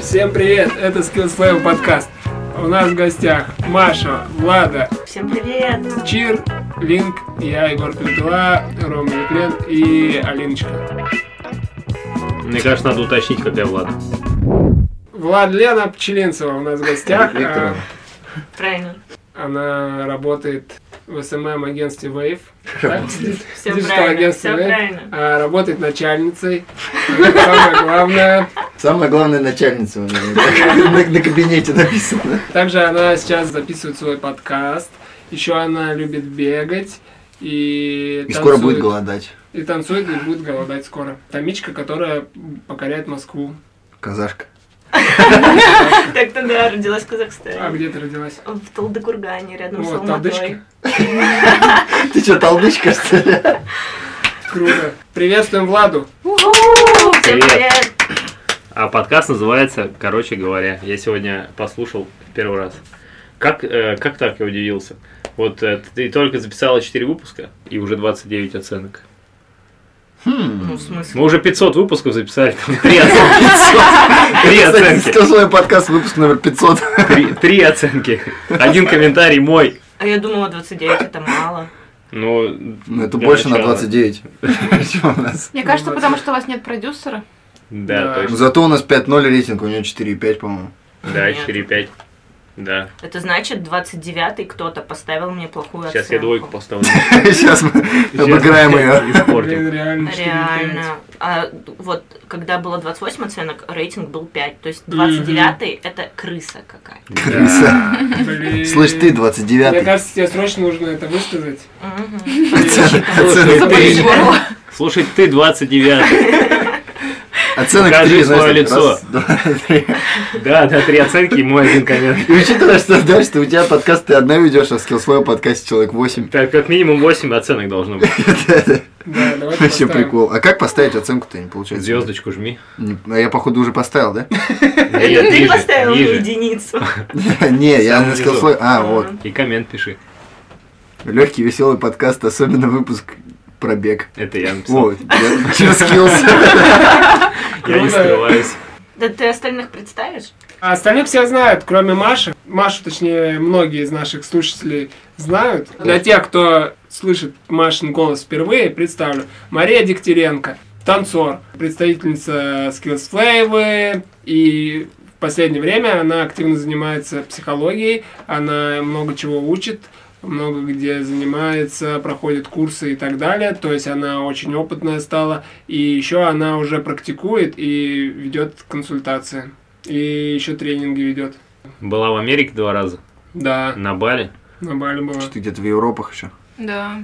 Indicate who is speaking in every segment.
Speaker 1: Всем привет, это Skills Fame подкаст. У нас в гостях Маша, Влада,
Speaker 2: Всем привет!
Speaker 1: Чир, Линк, я, Егор Пентула, Рома Юклен и Алиночка.
Speaker 3: Мне кажется, надо уточнить, какая Влада.
Speaker 1: Влад Лена Пчелинцева у нас в гостях.
Speaker 4: Викторовна.
Speaker 2: Правильно.
Speaker 1: А, Она работает в СММ-агентстве Wave. Так?
Speaker 2: Все
Speaker 1: Диджитал
Speaker 2: правильно.
Speaker 1: агентство,
Speaker 2: Все
Speaker 1: да?
Speaker 2: правильно.
Speaker 1: А, Работает начальницей. Это Самое главное.
Speaker 4: Самая главная начальница у меня. На, на кабинете написано.
Speaker 1: Также она сейчас записывает свой подкаст. Еще она любит бегать. И,
Speaker 4: И скоро будет
Speaker 1: танцует.
Speaker 4: голодать.
Speaker 1: И танцует, и будет голодать скоро. Томичка, которая покоряет Москву.
Speaker 4: Казашка.
Speaker 2: Так-то да, родилась в
Speaker 1: А
Speaker 2: Казахстане.
Speaker 1: где ты родилась?
Speaker 2: В Талдыкургане, рядом с
Speaker 1: Вот,
Speaker 2: Алматой.
Speaker 1: Талдычка.
Speaker 4: Ты что, толдычка, что ли?
Speaker 1: Круто. Приветствуем Владу.
Speaker 2: У-у-у! Всем
Speaker 3: Привет.
Speaker 2: привет!
Speaker 3: А подкаст называется «Короче говоря». Я сегодня послушал первый раз. Как, э, как так я удивился? Вот э, ты только записала 4 выпуска и уже 29 оценок.
Speaker 2: Ну, в смысле?
Speaker 3: Мы уже 500 выпусков записали, там 3 оценки. Три
Speaker 4: Кстати,
Speaker 3: оценки.
Speaker 4: Скилл свой подкаст, выпуск номер 500.
Speaker 3: Три- Три оценки. Один комментарий мой.
Speaker 2: А я думала, 29 это мало.
Speaker 3: Ну,
Speaker 4: Ну, это
Speaker 3: для
Speaker 4: больше на
Speaker 3: начала.
Speaker 4: 29. Чем у нас?
Speaker 5: Мне кажется, потому что у вас нет продюсера.
Speaker 1: Да.
Speaker 3: Да,
Speaker 4: Ну,
Speaker 3: точно.
Speaker 4: Зато у нас 5-0 рейтинг, у него 4,5, по-моему.
Speaker 3: Да,
Speaker 2: Нет.
Speaker 3: 4-5. Да.
Speaker 2: Это значит, 29-й кто-то поставил мне плохую оценку.
Speaker 3: Сейчас я двойку поставлю.
Speaker 4: Сейчас мы обыграем
Speaker 3: Сейчас
Speaker 4: ее.
Speaker 3: Испортим.
Speaker 1: Блин, реально. 4,5.
Speaker 2: Реально. А вот когда было 28 оценок, рейтинг был 5. То есть 29-й это крыса какая.
Speaker 4: Крыса.
Speaker 1: Блин.
Speaker 4: Слышь ты,
Speaker 1: Мне
Speaker 4: 29
Speaker 1: кажется, тебе срочно нужно это высказать.
Speaker 2: Мгм.
Speaker 4: Оценок,
Speaker 3: Слушай,
Speaker 4: оценок
Speaker 3: ты-
Speaker 4: три.
Speaker 3: Слушай, ты 29.
Speaker 4: Оценок
Speaker 3: Покажи
Speaker 4: 3,
Speaker 3: свое
Speaker 4: знаешь, так,
Speaker 3: лицо.
Speaker 4: раз, два, три.
Speaker 3: Да, да, три оценки и мой один коммент.
Speaker 4: И учитывая, что дальше ты у тебя подкаст ты одна ведешь, а в скилл свой подкасте человек 8.
Speaker 3: Так, как минимум 8 оценок должно быть.
Speaker 1: Да, давай
Speaker 4: Вообще прикол. А как поставить оценку-то не получается?
Speaker 3: Звездочку жми.
Speaker 4: Не- а Я, походу, уже поставил, да?
Speaker 2: Это ты
Speaker 3: Ниже,
Speaker 2: поставил мне
Speaker 3: ниже.
Speaker 2: единицу.
Speaker 4: Не, я
Speaker 3: Самый
Speaker 4: на
Speaker 3: низок.
Speaker 4: скиллслой. А, вот.
Speaker 3: И коммент пиши.
Speaker 4: Легкий, веселый подкаст, особенно выпуск про бег.
Speaker 3: Это я написал.
Speaker 4: О, я- через skills.
Speaker 3: Я не
Speaker 1: круто.
Speaker 3: скрываюсь.
Speaker 2: Да ты остальных представишь?
Speaker 1: А остальных все знают, кроме Маши. Машу, точнее, многие из наших слушателей знают. Для тех, кто слышит Машин голос впервые, представлю. Мария Дегтяренко, танцор, представительница Skills Flavor, и в последнее время она активно занимается психологией, она много чего учит, много где занимается, проходит курсы и так далее. То есть она очень опытная стала, и еще она уже практикует и ведет консультации. И еще тренинги ведет.
Speaker 3: Была в Америке два раза.
Speaker 1: Да,
Speaker 3: На Бали.
Speaker 1: на Бали была.
Speaker 4: Что ты где-то в Европах еще.
Speaker 5: Да.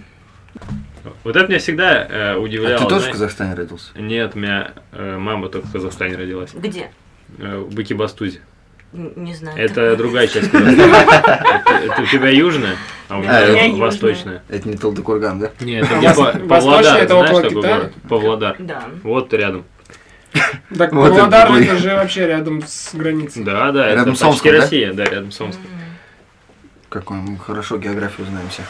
Speaker 3: Вот это меня всегда э, удивляло.
Speaker 4: А ты тоже в
Speaker 3: знаешь.
Speaker 4: Казахстане родился?
Speaker 3: Нет, у меня э, мама только в Казахстане родилась.
Speaker 2: Где?
Speaker 3: Э, в Быкибастузе.
Speaker 2: Н- Не
Speaker 1: А
Speaker 2: знаю.
Speaker 3: Это другая часть Казахстана. Это- Это у тебя южная, а у
Speaker 2: Да,
Speaker 4: у меня
Speaker 3: меня
Speaker 2: южная.
Speaker 3: восточная.
Speaker 4: Это не Талдыкурган, да?
Speaker 3: Нет, это
Speaker 1: А
Speaker 3: где
Speaker 1: вос-
Speaker 3: Па-
Speaker 1: восточная
Speaker 3: Павлодар.
Speaker 1: это
Speaker 3: Знаешь
Speaker 1: около
Speaker 3: такой
Speaker 1: Китая?
Speaker 3: город? Павлодар.
Speaker 2: Да.
Speaker 3: Вот рядом.
Speaker 1: Так,
Speaker 4: Вот это
Speaker 1: Павлодар
Speaker 4: такой.
Speaker 1: это же вообще рядом с границей.
Speaker 3: Да, да,
Speaker 4: Рядом с
Speaker 3: это почти
Speaker 4: Омском, да?
Speaker 3: Россия, да, рядом с Омском.
Speaker 4: Какой мы хорошо географию знаем все.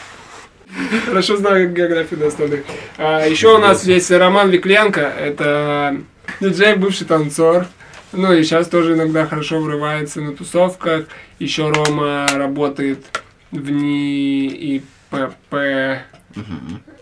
Speaker 1: Хорошо знаю географию до остальных. А, еще у нас есть Роман Викленко, это диджей, бывший танцор. Ну и сейчас тоже иногда хорошо врывается на тусовках. Еще Рома работает в НИИ и ПП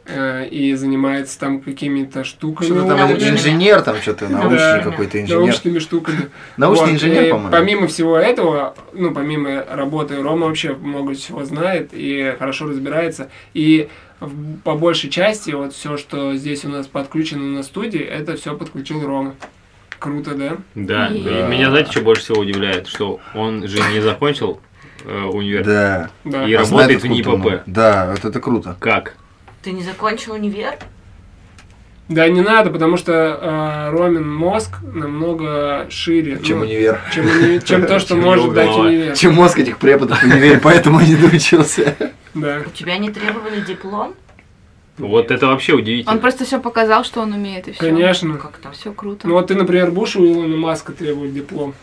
Speaker 1: э, и занимается там какими-то штуками.
Speaker 4: Что-то там
Speaker 2: научный.
Speaker 4: инженер, там что-то научный
Speaker 1: Да.
Speaker 4: какой-то инженер.
Speaker 1: научными штуками.
Speaker 4: Научный
Speaker 1: Вот, и
Speaker 4: инженер, по-моему.
Speaker 1: Помимо всего этого, ну, помимо работы, Рома вообще много чего знает и хорошо разбирается. И в- по большей части вот все, что здесь у нас подключено на студии, это все подключил Рома. Круто, да?
Speaker 3: Да,
Speaker 5: И-
Speaker 3: и меня знаете, что больше всего удивляет? Что он же не закончил э, универ.
Speaker 4: Да.
Speaker 1: Да.
Speaker 3: И
Speaker 4: А
Speaker 3: работает
Speaker 4: знает,
Speaker 3: в НИИПП.
Speaker 4: откуда он? Да, вот это круто.
Speaker 3: Как?
Speaker 2: Ты не закончил универ?
Speaker 1: Да не надо, потому что э, Ромин мозг намного шире,
Speaker 4: Чем
Speaker 1: ну,
Speaker 4: универ.
Speaker 1: чем, уни- чем то, что
Speaker 3: Чем
Speaker 1: может
Speaker 3: его
Speaker 1: дать
Speaker 3: голова.
Speaker 1: универ.
Speaker 4: Чем мозг этих преподов в универе, поэтому не доучился.
Speaker 1: Да.
Speaker 2: У тебя не требовали диплом?
Speaker 3: Вот это вообще
Speaker 5: Он
Speaker 3: удивительно.
Speaker 5: просто все показал, что он умеет, и все.
Speaker 1: Конечно.
Speaker 2: Как там?
Speaker 5: Все круто.
Speaker 1: Ну вот ты, например, Буш у Илона Маска требует диплом.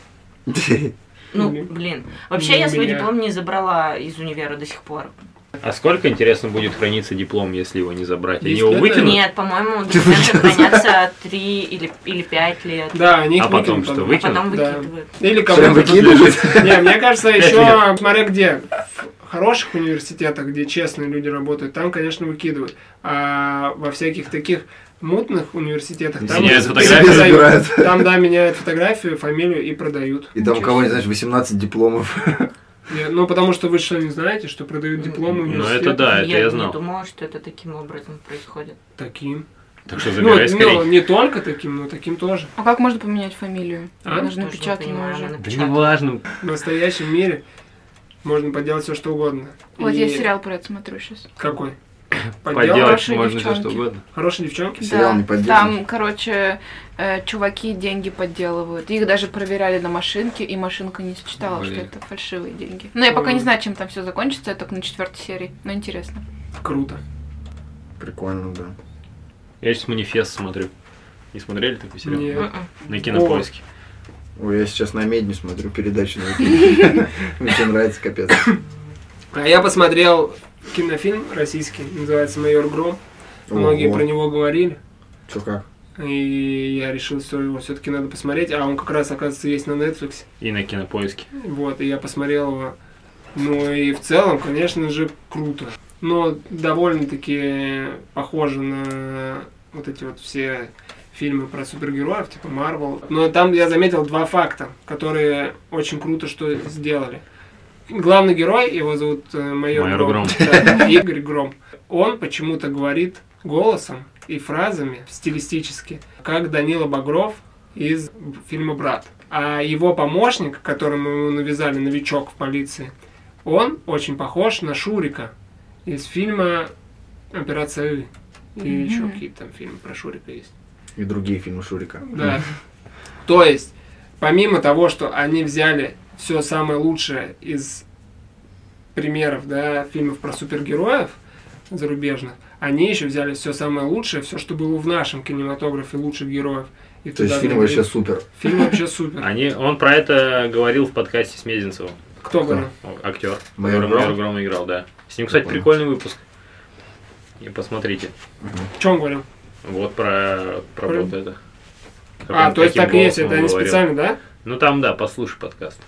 Speaker 2: Ну,
Speaker 1: Блин.
Speaker 2: блин. Вообще
Speaker 1: Не
Speaker 2: я
Speaker 1: у
Speaker 2: свой
Speaker 1: меня.
Speaker 2: диплом не забрала из универа до сих пор.
Speaker 3: А сколько, интересно, будет храниться диплом, если его не забрать? Они
Speaker 1: Десять
Speaker 3: его
Speaker 1: лет,
Speaker 3: выкинут?
Speaker 2: Нет, по-моему, документы хранятся 3 или, или 5 лет,
Speaker 1: Да, они их
Speaker 3: А потом
Speaker 1: выкинут
Speaker 3: что,
Speaker 2: а
Speaker 3: выкинут?
Speaker 2: потом
Speaker 1: Да.
Speaker 2: выкидывают.
Speaker 1: Или
Speaker 4: Прям
Speaker 1: кому-то
Speaker 4: выкидывают.
Speaker 1: Не, мне кажется,
Speaker 3: Пять
Speaker 1: еще, смотря где, в хороших университетах, где честные люди работают, там, конечно, выкидывают. А во всяких таких мутных университетах там,
Speaker 3: Меняют
Speaker 1: тебе
Speaker 3: фотографию.
Speaker 1: дают-
Speaker 4: Забирают.
Speaker 1: там, да, меняют фотографию, фамилию и продают.
Speaker 4: И там у кого-нибудь, знаешь, 18 дипломов.
Speaker 1: Не, Ну, потому что вы что, не знаете, что продают дипломы
Speaker 3: Ну,
Speaker 1: университета?
Speaker 3: это да, это я
Speaker 2: не
Speaker 3: знал.
Speaker 2: думала, что это таким образом происходит.
Speaker 1: Таким.
Speaker 3: Так что
Speaker 1: Ну,
Speaker 3: забирай
Speaker 1: ну,
Speaker 3: скорее.
Speaker 1: не только таким, но таким тоже.
Speaker 5: А как можно поменять фамилию?
Speaker 1: А?
Speaker 5: Она же
Speaker 2: Тоже не
Speaker 5: напечатана
Speaker 2: понимаю, она
Speaker 5: уже.
Speaker 3: Да не
Speaker 2: напечатана.
Speaker 3: важно.
Speaker 1: В настоящем мире можно поделать все, что угодно.
Speaker 5: Вот
Speaker 1: И-
Speaker 5: я сериал про это смотрю сейчас.
Speaker 1: Какой?
Speaker 3: Поделать
Speaker 5: хорошие
Speaker 3: можно все что
Speaker 5: девчонки.
Speaker 3: угодно.
Speaker 1: Хорошие девчонки?
Speaker 4: Сериал не поддерживаешь?
Speaker 5: Там, короче, э, чуваки деньги подделывают. Их даже проверяли на машинке, и машинка не считала,
Speaker 3: Блин.
Speaker 5: что это фальшивые деньги. Но я пока не
Speaker 1: Ой.
Speaker 5: знаю, чем там все закончится, я только на четвертой серии. Но интересно.
Speaker 1: Круто.
Speaker 4: Прикольно, да.
Speaker 3: Я сейчас манифест смотрю. Не смотрели такой сериал?
Speaker 1: Не.
Speaker 2: Мгм.
Speaker 3: На кинопоиске.
Speaker 4: Ой, я сейчас на медне смотрю передачу. на «Медне». Мне тебе нравится, капец.
Speaker 1: А я посмотрел кинофильм российский, называется «Майор Гром». Многие
Speaker 4: Ого.
Speaker 1: про него говорили.
Speaker 4: Чё как?
Speaker 1: И я решил, что его все-таки надо посмотреть. А он как раз, оказывается, есть на Netflix.
Speaker 3: И на кинопоиске.
Speaker 1: Вот, и я посмотрел его. Ну и в целом, конечно же, круто. Но довольно-таки похоже на вот эти вот все фильмы про супергероев, типа Marvel. Но там я заметил два факта, которые очень круто что сделали. Главный герой, его зовут э, майор,
Speaker 3: Майор Гром.
Speaker 1: Да, Игорь Гром. Он почему-то говорит голосом и фразами стилистически, как Данила Багров из фильма «Брат». А его помощник, которому ему навязали новичок в полиции, он очень похож на Шурика из фильма «Операция И». И
Speaker 5: Мгм.
Speaker 1: еще какие-то там фильмы про Шурика есть.
Speaker 4: И другие фильмы Шурика.
Speaker 1: Да. То есть, помимо того, что они взяли все самое лучшее из примеров, да, фильмов про супергероев зарубежных, они еще взяли все самое лучшее, все, что было в нашем кинематографе лучших героев. И
Speaker 4: То есть
Speaker 1: туда
Speaker 4: фильм
Speaker 1: внедрили.
Speaker 4: вообще А супер.
Speaker 1: Фильм вообще супер.
Speaker 3: Они, он про это говорил в подкасте с Мезенцевым.
Speaker 1: Кто говорил?
Speaker 3: О, Актер.
Speaker 4: Майор
Speaker 3: который
Speaker 4: Гром?
Speaker 3: Майор Гром играл, да. С ним, кстати,
Speaker 4: Прикольно.
Speaker 3: прикольный выпуск. И посмотрите.
Speaker 1: В чем говорил?
Speaker 3: Вот про, про
Speaker 1: Про-
Speaker 3: вот это. Как
Speaker 1: А,
Speaker 3: он-
Speaker 1: то есть
Speaker 3: каким
Speaker 1: так и есть,
Speaker 3: голосом
Speaker 1: это
Speaker 3: он
Speaker 1: они
Speaker 3: говорил.
Speaker 1: специально, да?
Speaker 3: Ну там, да, послушай подкаст.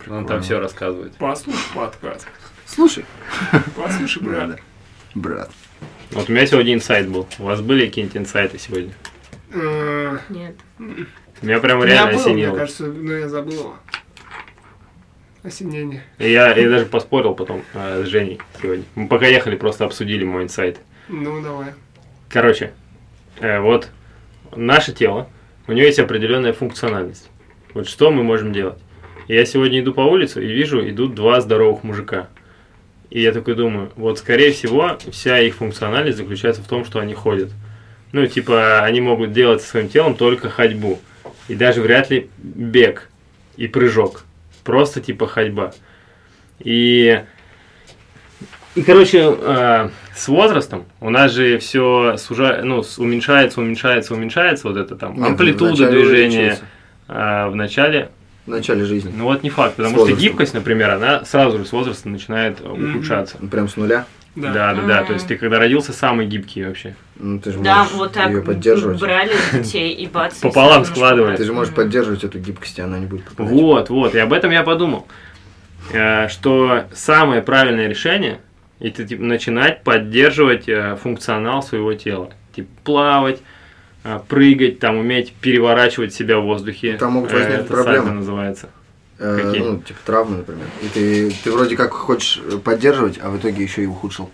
Speaker 3: Он там
Speaker 4: Прикольно.
Speaker 3: все рассказывает.
Speaker 1: Послушай подкаст.
Speaker 4: Слушай.
Speaker 1: Послушай, брат.
Speaker 4: Брат.
Speaker 3: Вот у меня сегодня инсайт был. У вас были какие-нибудь инсайты сегодня?
Speaker 1: Э,
Speaker 2: Нет.
Speaker 3: Меня прям
Speaker 1: Я
Speaker 3: Ну,
Speaker 1: был,
Speaker 3: реально
Speaker 1: мне
Speaker 3: осенило.
Speaker 1: кажется, но я забыл его. Осенение.
Speaker 3: И я, я даже поспорил потом э, с Женей сегодня. Мы пока ехали, просто обсудили мой инсайт.
Speaker 1: Ну, давай.
Speaker 3: Короче, э, вот наше тело, у него есть определенная функциональность. Вот что мы можем делать? Я сегодня иду по улице и вижу, идут два здоровых мужика. И я такой думаю, вот скорее всего вся их функциональность заключается в том, что они ходят. Ну, типа, они могут делать со своим телом только ходьбу. И даже вряд ли бег и прыжок. Просто типа ходьба. И и, короче, э, с возрастом у нас же все сужа... ну, с- уменьшается, уменьшается, уменьшается вот это там
Speaker 4: Нет,
Speaker 3: А
Speaker 4: ну,
Speaker 3: амплитуда
Speaker 4: вначале
Speaker 3: движения
Speaker 4: учился.
Speaker 3: э, в начале.
Speaker 4: В начале жизни.
Speaker 3: Ну вот не факт,
Speaker 4: С
Speaker 3: потому что
Speaker 4: возрастом.
Speaker 3: гибкость, например, она сразу же с возрастом начинает э,
Speaker 1: Мгм.
Speaker 3: ухудшаться.
Speaker 4: Ну, Прям с нуля.
Speaker 3: Да, да, да, То
Speaker 2: М.
Speaker 3: есть ты когда родился, самый гибкий вообще.
Speaker 4: Ну, ты же
Speaker 2: Да,
Speaker 4: можешь
Speaker 2: вот так
Speaker 4: ее поддерживать.
Speaker 2: брали детей и бац. и
Speaker 3: Пополам
Speaker 2: всё, ну,
Speaker 3: складывали.
Speaker 4: Ты же можешь
Speaker 2: Мгм.
Speaker 4: поддерживать эту гибкость, и она не будет пропадать.
Speaker 3: Вот, вот. И об этом я подумал. Э, Что самое правильное решение это типа, начинать поддерживать э, функционал своего тела. Типа плавать, э, прыгать, там уметь переворачивать себя в воздухе.
Speaker 4: Там могут
Speaker 3: Э,
Speaker 4: возникнуть
Speaker 3: это
Speaker 4: проблемы.
Speaker 3: сальто называется.
Speaker 4: Э,
Speaker 3: Какие?
Speaker 4: ну, типа травмы, например. И ты, ты вроде как хочешь поддерживать, а в итоге еще и ухудшил.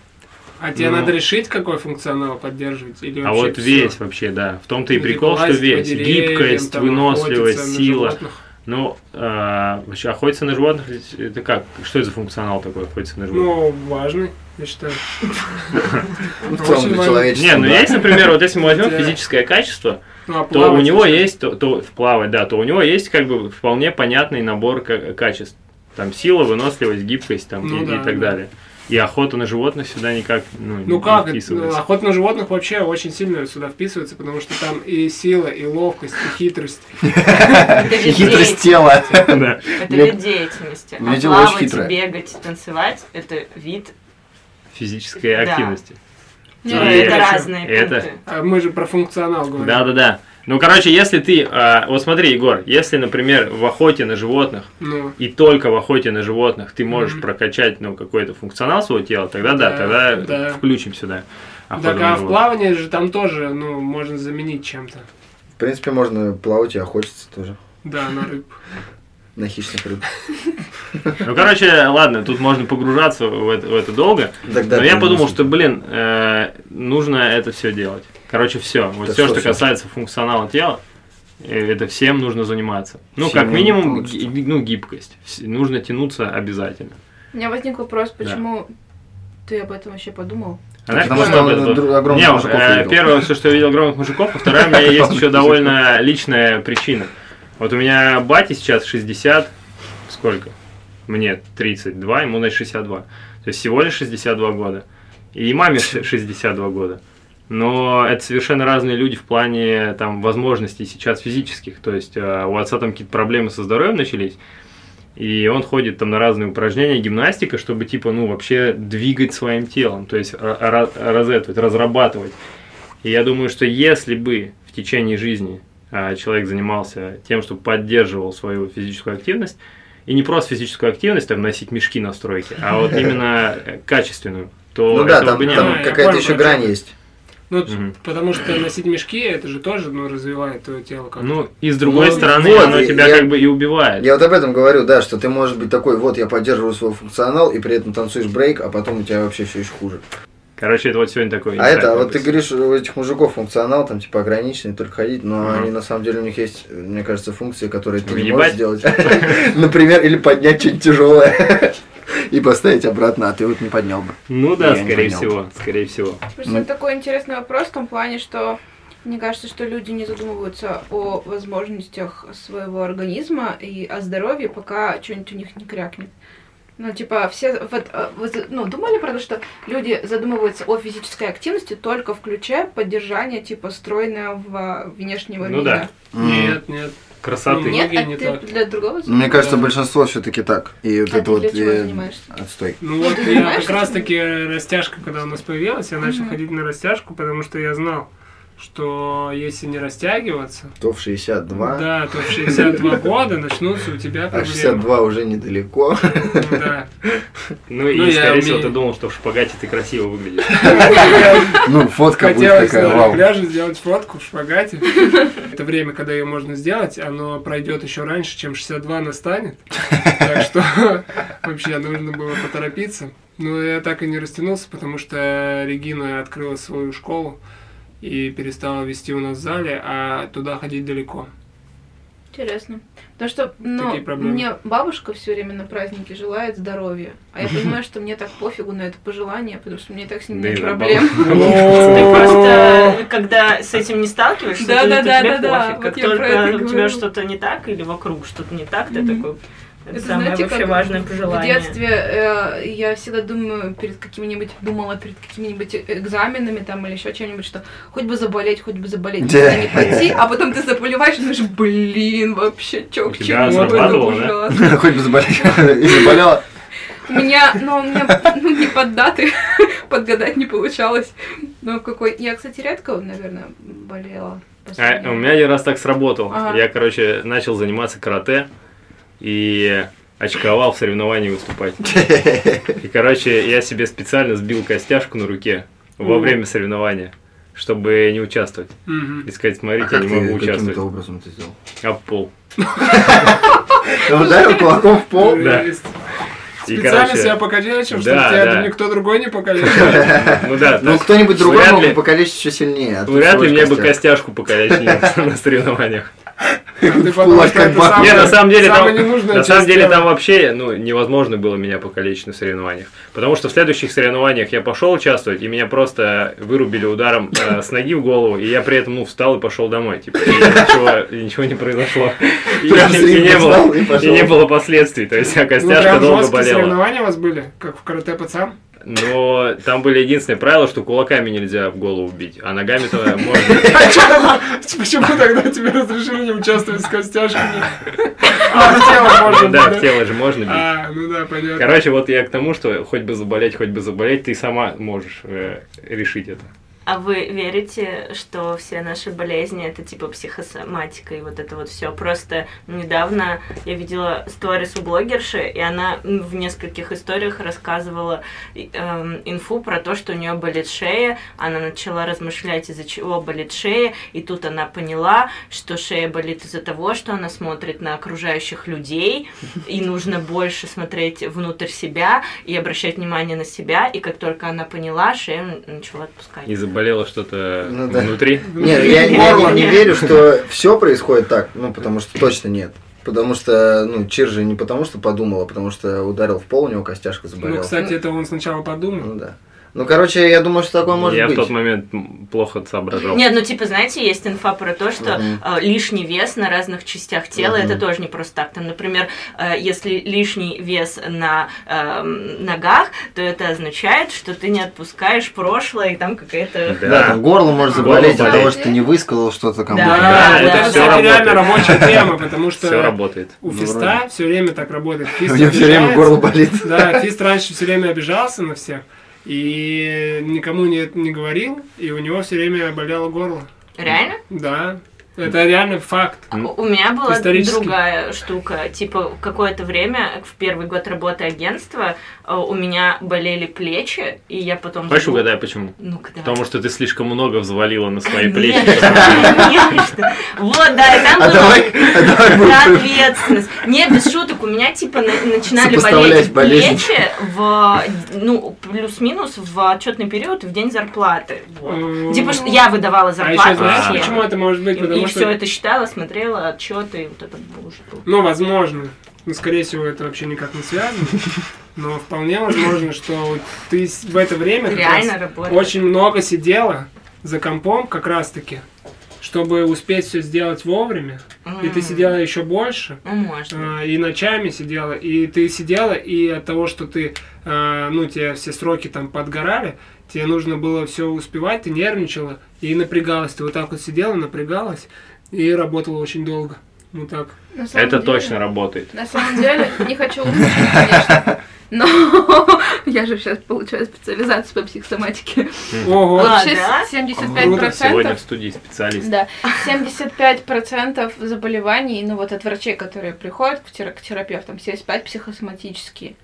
Speaker 1: А тебе
Speaker 3: Ну.
Speaker 1: надо решить, какой функционал поддерживать? Или
Speaker 3: А
Speaker 1: вообще
Speaker 3: вот
Speaker 1: всё?
Speaker 3: весь вообще, да. В том-то и
Speaker 1: Ну, типа,
Speaker 3: прикол, что
Speaker 1: лазить по
Speaker 3: весь.
Speaker 1: деревьям,
Speaker 3: Гибкость,
Speaker 1: там,
Speaker 3: выносливость,
Speaker 1: охотиться на
Speaker 3: сила.
Speaker 1: животных.
Speaker 3: Ну, э, вообще, охотиться на животных, это как? Что это за функционал такой, охотиться на животных?
Speaker 1: Ну, важный, я считаю.
Speaker 4: Ну, в
Speaker 1: Очень важно.
Speaker 4: целом для
Speaker 3: Не,
Speaker 4: человечества.
Speaker 3: ну
Speaker 4: да.
Speaker 3: есть, например, вот если мы возьмем
Speaker 1: Да.
Speaker 3: физическое качество,
Speaker 1: Ну, а
Speaker 3: то у
Speaker 1: плавать
Speaker 3: него
Speaker 1: вообще?
Speaker 3: есть, то, то плавать, да, то у него есть как бы вполне понятный набор ка- качеств. Там сила, выносливость, гибкость там,
Speaker 1: Ну
Speaker 3: и, и
Speaker 1: да,
Speaker 3: так
Speaker 1: да.
Speaker 3: далее. И охота на животных сюда никак ну,
Speaker 1: Ну
Speaker 3: не
Speaker 1: как, это, ну,
Speaker 3: вписывается.
Speaker 1: охота на животных вообще очень сильно сюда вписывается, потому что там и сила, и ловкость, и хитрость.
Speaker 2: Это же
Speaker 4: Хитрость
Speaker 2: деятельность.
Speaker 4: тела.
Speaker 3: Да.
Speaker 2: Это
Speaker 4: Мне-
Speaker 2: вид деятельности.
Speaker 4: Мне
Speaker 2: А
Speaker 4: дело очень
Speaker 2: плавать,
Speaker 4: хитрое.
Speaker 2: бегать, танцевать – это вид.
Speaker 3: Физической
Speaker 2: Да.
Speaker 3: активности.
Speaker 2: Ну,
Speaker 3: Да,
Speaker 2: это
Speaker 3: это-
Speaker 2: разные
Speaker 3: это-
Speaker 2: пункты.
Speaker 1: А мы же про функционал говорим.
Speaker 3: Да, да, да. Ну, короче, если ты, а, вот смотри, Егор, если, например, в охоте на животных
Speaker 1: Ну,
Speaker 3: и только в охоте на животных ты можешь
Speaker 1: Мгм.
Speaker 3: прокачать, ну, какой-то функционал своего тела, тогда да,
Speaker 1: Да,
Speaker 3: тогда
Speaker 1: да.
Speaker 3: включим сюда. охоту
Speaker 1: так
Speaker 3: на
Speaker 1: а в
Speaker 3: животных.
Speaker 1: плавании же там тоже, ну, можно заменить чем-то.
Speaker 4: В принципе, можно плавать и охотиться тоже.
Speaker 1: Да, на рыб.
Speaker 4: На хищных рыб.
Speaker 3: Ну, короче, ладно, тут можно погружаться в это, в это долго.
Speaker 4: Тогда
Speaker 3: но Ну, я
Speaker 4: ты
Speaker 3: подумал,
Speaker 4: можешь-
Speaker 3: что, блин, э, нужно это все делать. Короче, все. Вот
Speaker 4: Да
Speaker 3: все,
Speaker 4: что
Speaker 3: что
Speaker 4: всё?
Speaker 3: касается функционала тела, э, это всем нужно заниматься. Ну,
Speaker 4: Всем
Speaker 3: как минимум,
Speaker 4: получится.
Speaker 3: ги- ну, гибкость. Вс- Нужно тянуться обязательно.
Speaker 5: У меня возник вопрос, почему ты об этом вообще подумал?
Speaker 3: А знаешь,
Speaker 4: Потому
Speaker 3: почему
Speaker 4: что
Speaker 3: я об
Speaker 4: он
Speaker 3: этом
Speaker 4: дру-
Speaker 3: думал?
Speaker 4: огромных
Speaker 3: Не,
Speaker 4: мужиков
Speaker 3: э,
Speaker 4: видел.
Speaker 3: Первое, все, что я видел огромных мужиков, а второе, у меня есть еще довольно личная причина. Вот у меня бате сейчас 60, сколько? Мне 32, ему, значит, 62. То есть всего лишь 62 года. И маме ш- 62 года. Но это совершенно разные люди в плане там возможностей сейчас физических. То есть э, у отца там какие-то проблемы со здоровьем начались, и он ходит там на разные упражнения, гимнастика, чтобы типа, ну, вообще двигать своим телом, то есть а, ра- ра- разэтовать, разрабатывать. И я думаю, что если бы в течение жизни а, человек занимался тем, что поддерживал свою физическую активность, и не просто физическую активность, там, носить мешки на стройке, а вот именно э, качественную, то
Speaker 4: Ну да,
Speaker 3: этого
Speaker 4: там,
Speaker 3: бы не
Speaker 4: там
Speaker 3: было.
Speaker 1: я
Speaker 4: какая-то
Speaker 1: понял,
Speaker 4: еще
Speaker 1: про
Speaker 4: грань
Speaker 1: чё.
Speaker 4: есть.
Speaker 1: Ну,
Speaker 3: Мгм.
Speaker 1: потому что носить мешки, это же тоже, ну, развивает твое тело как-то.
Speaker 3: Ну, и с другой
Speaker 4: Ну,
Speaker 3: стороны,
Speaker 4: вот,
Speaker 3: оно
Speaker 4: и-
Speaker 3: тебя
Speaker 4: я-
Speaker 3: как бы и убивает.
Speaker 4: Я вот об этом говорю, да, что ты можешь быть такой, вот я поддерживаю свой функционал и при этом танцуешь брейк, а потом у тебя вообще все еще хуже.
Speaker 3: Короче, это вот сегодня такой.
Speaker 4: А
Speaker 3: инсайт
Speaker 4: это, вот ты
Speaker 3: выпуск.
Speaker 4: говоришь, у этих мужиков функционал там типа ограниченный, только ходить, но
Speaker 3: Мгм.
Speaker 4: они на самом деле у них есть, мне кажется, функции, которые ты не
Speaker 3: Въебать?
Speaker 4: можешь сделать. Например, или поднять что-нибудь тяжелое и поставить обратно, а ты вот не поднял бы.
Speaker 3: Ну да,
Speaker 4: Я не
Speaker 3: скорее
Speaker 4: понял.
Speaker 3: всего, скорее всего.
Speaker 5: Просто
Speaker 4: Ну.
Speaker 5: это такой интересный вопрос в том плане, что мне кажется, что люди не задумываются о возможностях своего организма и о здоровье, пока что-нибудь у них не крякнет. Ну, типа, все вот, э, вы за- ну, думали про то, что люди задумываются о физической активности, только включая поддержание, типа, стройного внешнего
Speaker 3: Ну да.
Speaker 5: вида.
Speaker 1: Нет, нет.
Speaker 3: Красоты.
Speaker 1: Нет.
Speaker 5: Нет, а
Speaker 1: Многие не
Speaker 5: ты
Speaker 1: так.
Speaker 5: для другого
Speaker 4: Мне кажется,
Speaker 1: Да.
Speaker 4: большинство все-таки так. И вот это
Speaker 5: А Э, ты
Speaker 4: вот
Speaker 5: для чего
Speaker 4: э,
Speaker 5: занимаешься?
Speaker 4: отстой.
Speaker 1: Ну вот
Speaker 5: ты
Speaker 1: я
Speaker 5: занимаешься
Speaker 1: как раз
Speaker 5: этим?
Speaker 1: таки растяжка, когда у нас появилась, я начал
Speaker 5: Мгм.
Speaker 1: ходить на растяжку, потому что я знал, что если не растягиваться,
Speaker 4: То в 62,
Speaker 1: да, то в 62 года начнутся у тебя
Speaker 4: а
Speaker 1: проблемы.
Speaker 4: 62 уже недалеко.
Speaker 1: Ну да.
Speaker 3: Ну и,
Speaker 1: Ну, я
Speaker 3: скорее всего,
Speaker 1: умею.
Speaker 3: ты думал, что в шпагате ты красиво выглядишь.
Speaker 4: Ну, фотка будет
Speaker 1: Хотелось
Speaker 4: такая,
Speaker 1: на
Speaker 4: вау.
Speaker 1: пляже сделать фотку в шпагате. Это время, когда ее можно сделать, оно пройдет еще раньше, чем 62 настанет. Так что вообще нужно было поторопиться. Но я так и не растянулся, потому что Регина открыла свою школу и перестала вести у нас в зале, а туда ходить далеко.
Speaker 5: Интересно. Потому что, ну,
Speaker 1: Такие проблемы.
Speaker 5: мне бабушка все время на празднике желает здоровья. А я понимаю, что мне так пофигу на это пожелание, потому что мне и так с ним
Speaker 3: Да
Speaker 5: нет
Speaker 3: и на
Speaker 5: проблем.
Speaker 2: Ты
Speaker 1: О.
Speaker 2: просто, э, когда с этим не сталкиваешься,
Speaker 5: Да,
Speaker 2: то
Speaker 5: да, да,
Speaker 2: тебе
Speaker 5: да, да.
Speaker 2: пофиг.
Speaker 5: Вот
Speaker 2: Как
Speaker 5: я про это
Speaker 2: только у тебя
Speaker 5: говорю.
Speaker 2: что-то не так или вокруг что-то не так, ты
Speaker 5: Мгм.
Speaker 2: такой... Это
Speaker 5: Это
Speaker 2: самое
Speaker 5: знаете,
Speaker 2: вообще
Speaker 5: как
Speaker 2: важное
Speaker 5: В
Speaker 2: пожелание.
Speaker 5: детстве э, я всегда думаю перед каким-нибудь, думала перед какими-нибудь экзаменами там или еще чем-нибудь, что хоть бы заболеть, хоть бы заболеть,
Speaker 4: Да.
Speaker 5: никуда не пойти, а потом ты заболеваешь и думаешь, блин, вообще, чё,
Speaker 3: У
Speaker 5: к
Speaker 3: тебя
Speaker 5: чему это
Speaker 3: срабатывало, да?
Speaker 5: ужасно».
Speaker 4: Хоть бы заболеть. И заболела.
Speaker 5: У меня, ну, у меня ну, не под даты, подгадать не получалось. Но в какой... Я, кстати, редко, наверное, болела.
Speaker 3: А, у меня один раз так сработал.
Speaker 5: Ага.
Speaker 3: Я, короче, начал заниматься карате и очковал в соревновании выступать. И, короче, я себе специально сбил костяшку на руке во
Speaker 1: Мгм.
Speaker 3: время соревнования, чтобы не участвовать.
Speaker 1: Мгм.
Speaker 3: И сказать, смотрите,
Speaker 4: Как
Speaker 3: я не могу
Speaker 4: ты
Speaker 3: участвовать.
Speaker 4: каким-то образом это сделал?
Speaker 3: Об пол.
Speaker 4: Ударил кулаком в пол.
Speaker 3: да.
Speaker 1: Жесть.
Speaker 3: И,
Speaker 1: Ну, Специально
Speaker 3: короче,
Speaker 1: себя покалечил, чтобы
Speaker 3: да, да.
Speaker 1: тебя никто другой не покалечил. А
Speaker 3: Ну да,
Speaker 4: Ну,
Speaker 3: так.
Speaker 4: кто-нибудь другой
Speaker 3: Вряд
Speaker 4: мог
Speaker 3: ли-
Speaker 4: бы покалечить еще сильнее. а тут
Speaker 3: Вряд
Speaker 4: всего
Speaker 3: ли
Speaker 4: лишь
Speaker 3: мне бы
Speaker 4: костяк.
Speaker 3: костяшку покалечили на соревнованиях.
Speaker 1: Ты
Speaker 4: В
Speaker 1: подумал,
Speaker 4: кулак
Speaker 1: что это
Speaker 4: как бах.
Speaker 1: самое-
Speaker 3: Не, на самом деле
Speaker 1: самое
Speaker 3: там,
Speaker 1: ненужная
Speaker 3: на самом
Speaker 1: часть
Speaker 3: деле
Speaker 1: тела.
Speaker 3: там вообще ну, невозможно было меня покалечить на соревнованиях. Потому что в следующих соревнованиях я пошел участвовать, и меня просто вырубили ударом э, с ноги в голову, и я при этом ну, встал и пошел домой. Типа, и ничего, и ничего не произошло. И,
Speaker 4: Прям
Speaker 3: и
Speaker 4: сидел,
Speaker 3: не
Speaker 4: встал
Speaker 3: было,
Speaker 4: и
Speaker 3: и
Speaker 4: пошел.
Speaker 3: не было последствий. То есть а
Speaker 1: Ну,
Speaker 3: костяшка
Speaker 1: прям
Speaker 3: долго
Speaker 1: жесткие
Speaker 3: болела.
Speaker 1: соревнования у вас были, как в карате пацан?
Speaker 3: но там были единственное правило, что кулаками нельзя в голову бить, а ногами-то можно.
Speaker 1: Почему тогда тебе разрешили не участвовать с костяшками? А, в тело можно.
Speaker 3: Да, в тело же можно бить.
Speaker 1: А, ну да, понятно.
Speaker 3: Короче, вот я к тому, что хоть бы заболеть, хоть бы заболеть, ты сама можешь э, решить это.
Speaker 2: А вы верите, что все наши болезни это типа психосоматика и вот это вот все? Просто недавно я видела сторис у блогерши, и она м, в нескольких историях рассказывала и, эм, инфу про то, что у нее болит шея. Она начала размышлять, из-за чего болит шея, и тут она поняла, что шея болит из-за того, что она смотрит на окружающих людей, и нужно больше смотреть внутрь себя и обращать внимание на себя. И как только она поняла, шею начала отпускать.
Speaker 3: И заболело что-то
Speaker 4: Ну да.
Speaker 3: внутри.
Speaker 4: Нет, я реально не верю, что все происходит так, ну, потому что точно нет. Потому что, ну, Чир же не потому что подумал, а потому что ударил в пол, у него костяшка
Speaker 1: Ну,
Speaker 4: заболела.
Speaker 1: кстати, это он сначала подумал.
Speaker 4: Ну, да. Ну, короче, я думаю, что такое может
Speaker 3: я
Speaker 4: быть.
Speaker 3: в тот момент м, плохо соображал.
Speaker 2: Нет, ну типа, знаете, есть инфа про то, что
Speaker 4: Мгм.
Speaker 2: э, лишний вес на разных частях тела
Speaker 4: Мгм.
Speaker 2: это тоже не просто так. Там, например, э, если лишний вес на эм, ногах, то это означает, что ты не отпускаешь прошлое и там какая-то.
Speaker 4: Да,
Speaker 3: Да.
Speaker 4: там горло может
Speaker 5: Горло
Speaker 4: заболеть от
Speaker 3: болит.
Speaker 4: того, что ты не высказал что-то кому-то.
Speaker 2: Да,
Speaker 1: Да, вот
Speaker 2: да,
Speaker 1: это,
Speaker 2: всё
Speaker 1: кстати, реально
Speaker 3: работает.
Speaker 1: рабочая тема, потому
Speaker 3: Все
Speaker 1: что
Speaker 3: работает.
Speaker 1: у
Speaker 4: Ну,
Speaker 1: Фиста
Speaker 4: вроде.
Speaker 1: все время так работает. Фист
Speaker 4: У него все время
Speaker 1: обижается.
Speaker 4: горло болит.
Speaker 1: Да, Фист раньше все время обижался на всех. И никому не, не говорил, и у него все время болело горло.
Speaker 2: Реально?
Speaker 1: Да, это реально факт.
Speaker 2: А У у меня была
Speaker 1: Исторически.
Speaker 2: другая штука. Типа, какое-то время, в первый год работы агентства, э, у меня болели плечи, и я потом...
Speaker 3: Хочешь
Speaker 2: задум-
Speaker 3: угадай, почему?
Speaker 2: Ну-ка, давай.
Speaker 3: Потому что ты слишком много взвалила на свои
Speaker 2: Конечно,
Speaker 3: плечи.
Speaker 2: конечно. Вот, да, и там
Speaker 4: А
Speaker 2: было
Speaker 4: давай, а давай
Speaker 2: про
Speaker 4: будем-
Speaker 2: ответственность. Не, без шуток, у меня типа на- начинали болеть
Speaker 4: Сопоставлять болезнь.
Speaker 2: плечи в, ну, плюс-минус в отчетный период и в день зарплаты. Вот.
Speaker 1: М,
Speaker 2: Типа, что я выдавала
Speaker 1: Ну, А
Speaker 2: зарплату
Speaker 1: еще знаешь,
Speaker 3: А.
Speaker 2: всем.
Speaker 1: почему это может быть?
Speaker 2: И,
Speaker 1: Потому
Speaker 2: все
Speaker 1: что,
Speaker 2: это считала, смотрела отчеты, и вот это боже.
Speaker 1: ну, возможно, но, скорее всего, это вообще никак не связано. Но вполне возможно, что ты с- в это время
Speaker 2: Ты
Speaker 1: как раз
Speaker 2: реально работаешь.
Speaker 1: очень много сидела за компом как раз-таки, чтобы успеть все сделать вовремя. И ты
Speaker 2: М.
Speaker 1: сидела еще больше,
Speaker 2: Ну, можно.
Speaker 1: А, и ночами сидела, и ты сидела, и от того, что ты, а, ну, тебе все сроки там подгорали, тебе нужно было все успевать, ты нервничала и напрягалась. Ты вот так вот сидела, напрягалась и работала очень долго. Ну так.
Speaker 5: На самом
Speaker 3: Это
Speaker 5: деле-
Speaker 3: точно работает.
Speaker 5: На самом деле, не хочу улучшить, конечно. Но я же сейчас получаю специализацию по психосоматике.
Speaker 1: Ого!
Speaker 2: Ладно. А,
Speaker 5: Вообще
Speaker 2: да?
Speaker 5: 75%.
Speaker 3: Сегодня в студии специалист.
Speaker 5: Да, 75% заболеваний, ну вот от врачей, которые приходят к, тер- к терапевтам, 75% психосоматические.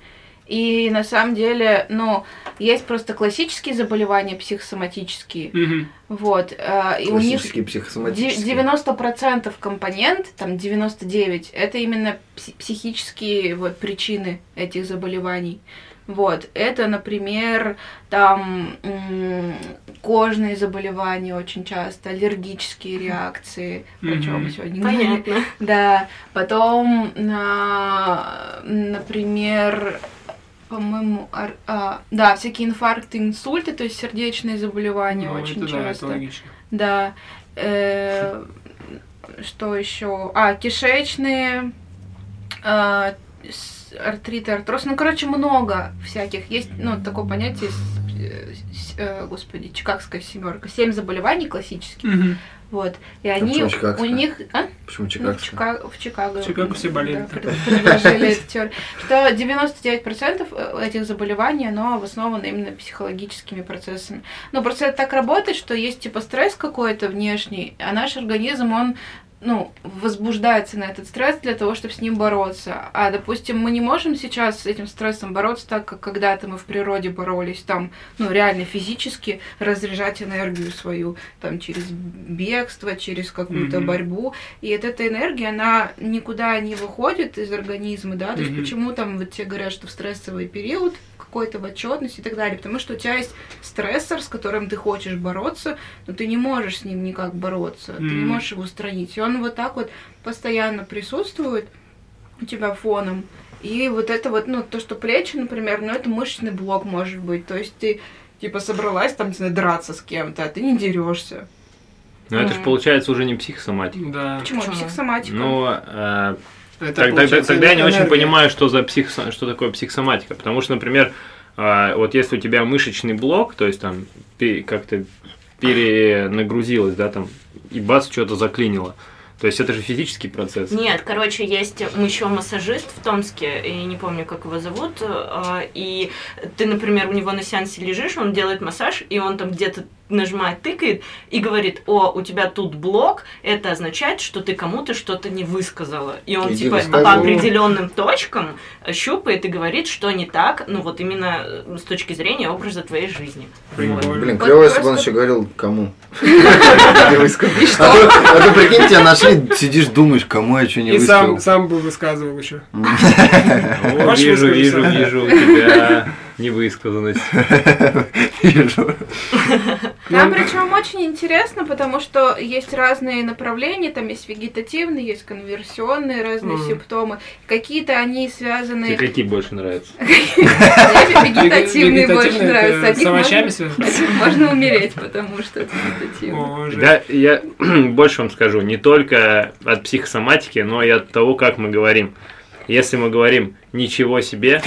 Speaker 5: И на самом деле, ну, есть просто классические заболевания психосоматические,
Speaker 1: Мгм.
Speaker 5: вот, э, и у них
Speaker 4: Классический
Speaker 5: де-
Speaker 4: психосоматический.
Speaker 5: 90% компонент, там 99, это именно пси- психические вот причины этих заболеваний. Вот, это, например, там м, кожные заболевания очень часто, аллергические реакции, о чем
Speaker 1: Мгм.
Speaker 5: сегодня говорили.
Speaker 2: Понятно.
Speaker 5: Да, потом, а, например, по-моему, ар- а, да, всякие инфаркты, инсульты, то есть сердечные заболевания
Speaker 1: Ну,
Speaker 5: очень
Speaker 1: это да, это
Speaker 5: часто.
Speaker 1: логично.
Speaker 5: Да. Э, что еще? А, кишечные, а, с- артрит, артроз. Ну, короче, много всяких. Есть, ну, такое понятие, с- э, с- э, господи, чикагская семерка. Семь заболеваний классических.
Speaker 1: Мгм.
Speaker 5: Вот. И они,
Speaker 4: почему
Speaker 5: у
Speaker 4: чикагская?
Speaker 5: них... а?
Speaker 4: Почему
Speaker 5: Ну, в,
Speaker 4: чикагский?
Speaker 5: Чика- в Чикаго.
Speaker 1: В Чикаго все болели
Speaker 5: Да,
Speaker 1: так.
Speaker 5: пред- предложили эту теорию. Что 99% э, этих заболеваний, оно обосновано именно психологическими процессами. Ну, просто это так работает, что есть типа стресс какой-то внешний, а наш организм, он ну, возбуждается на этот стресс для того, чтобы с ним бороться. А, допустим, мы не можем сейчас с этим стрессом бороться так, как когда-то мы в природе боролись, там, ну, реально физически разряжать энергию свою, там, через бегство, через какую-то
Speaker 1: Мгм.
Speaker 5: борьбу. И вот эта энергия, она никуда не выходит из организма, да, то есть
Speaker 1: Мгм.
Speaker 5: почему там вот тебе говорят, что в стрессовый период какой-то в отчетность и так далее, потому что у тебя есть стрессор, с которым ты хочешь бороться, но ты не можешь с ним никак бороться, ты не
Speaker 1: М.
Speaker 5: можешь его устранить, и он вот так вот постоянно присутствует у тебя фоном, и вот это вот, ну, то, что плечи, например, ну, это мышечный блок может быть, то есть ты типа собралась там, не знаю, драться с кем-то, а ты не дерешься.
Speaker 3: Но Ну, это же
Speaker 2: Мгм.
Speaker 3: получается уже не психосоматика.
Speaker 1: Да.
Speaker 5: Почему?
Speaker 2: Почему?
Speaker 5: Психосоматика.
Speaker 3: Ну, э,
Speaker 1: Это
Speaker 3: тогда,
Speaker 1: получается
Speaker 3: тогда я не очень
Speaker 1: энергия.
Speaker 3: понимаю, что, за психо- что такое психосоматика. Потому что, например, А, вот если у тебя мышечный блок, то есть там пе- как-то перенагрузилось, да, там, и бац, что-то заклинило. То есть это же физический процесс.
Speaker 2: Нет, короче, есть еще массажист в Томске, я не помню, как его зовут, э, и ты, например, у него на сеансе лежишь, он делает массаж, и он там где-то нажимает, тыкает, и говорит, о, у тебя тут блок, это означает, что ты кому-то что-то не высказала. И он,
Speaker 4: Иди
Speaker 2: типа,
Speaker 4: высказывай.
Speaker 2: по определенным точкам щупает и говорит, что не так, ну вот именно с точки зрения образа твоей жизни. Вот.
Speaker 4: Блин,
Speaker 5: Вот
Speaker 4: клево, если бы
Speaker 5: просто-
Speaker 4: он еще говорил, кому. Ты высказал. А то- а то, прикинь, тебя нашли, сидишь, думаешь, кому я что не
Speaker 1: И сам,
Speaker 4: высказал.
Speaker 1: сам бы высказывал еще.
Speaker 3: О,
Speaker 1: Ваш
Speaker 3: вижу,
Speaker 1: выскажи
Speaker 3: вижу,
Speaker 1: сам.
Speaker 3: вижу у тебя невысказанность.
Speaker 4: Вижу.
Speaker 5: Там
Speaker 1: Ну,
Speaker 5: причем очень интересно, потому что есть разные направления, там есть вегетативные, есть конверсионные разные
Speaker 1: Мгм.
Speaker 5: симптомы. Какие-то они
Speaker 3: Тебе
Speaker 5: связаны...
Speaker 3: какие больше нравятся?
Speaker 5: Мне
Speaker 1: вегетативные
Speaker 5: Вегетативные больше
Speaker 1: это
Speaker 5: нравятся. От
Speaker 1: С
Speaker 5: них
Speaker 1: овощами
Speaker 5: можно-
Speaker 1: связано?
Speaker 5: от них можно умереть, потому что это вегетативно.
Speaker 1: Боже.
Speaker 3: Да, я больше вам скажу, не только от психосоматики, но и от того, как мы говорим. Если мы говорим «ничего себе»,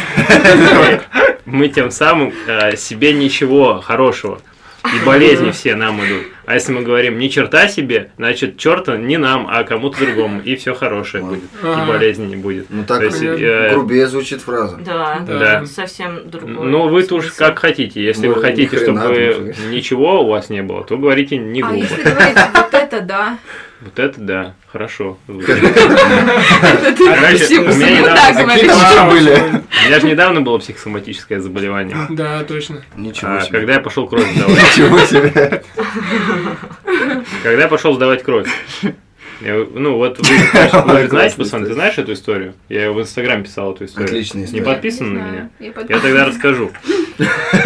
Speaker 3: мы тем самым э, себе ничего хорошего. И болезни все нам идут. А если мы говорим ни черта себе, значит черта не нам, а кому-то другому. И все хорошее
Speaker 4: Ладно.
Speaker 3: будет.
Speaker 1: Ага.
Speaker 3: И болезни не будет.
Speaker 4: Ну так
Speaker 3: То есть,
Speaker 1: э,
Speaker 4: грубее звучит фраза.
Speaker 2: Да,
Speaker 1: Да.
Speaker 2: совсем другое.
Speaker 3: Ну, вы-то уж
Speaker 2: смысл.
Speaker 3: как хотите. Если
Speaker 4: Ну,
Speaker 3: вы
Speaker 4: ни
Speaker 3: хотите,
Speaker 4: хрена
Speaker 3: чтобы
Speaker 4: там
Speaker 3: ничего у вас не было, то говорите не
Speaker 5: А
Speaker 3: глупо.
Speaker 5: если говорить вот это да,
Speaker 3: Вот это да, хорошо.
Speaker 5: это ты
Speaker 3: Короче,
Speaker 5: всему
Speaker 3: у меня
Speaker 5: всему
Speaker 3: недавно-
Speaker 5: да
Speaker 4: А какие
Speaker 5: говоришь.
Speaker 4: там еще были?
Speaker 3: У меня же недавно было психосоматическое заболевание.
Speaker 1: Да, точно.
Speaker 4: Ничего
Speaker 3: А,
Speaker 4: себе.
Speaker 3: когда я пошел кровь сдавать.
Speaker 4: Ничего себе.
Speaker 3: Когда я пошел сдавать кровь. Я- ну, вот вы, конечно, вы же знаете,
Speaker 4: Классная
Speaker 3: пацан, ты
Speaker 4: история.
Speaker 3: знаешь эту историю? Я ее в Инстаграм писал эту историю.
Speaker 4: Отличная
Speaker 3: Не
Speaker 4: история.
Speaker 3: подписан
Speaker 5: Не
Speaker 3: на
Speaker 5: знаю.
Speaker 3: меня?
Speaker 5: Я
Speaker 3: Я
Speaker 5: подписана.
Speaker 3: тогда расскажу.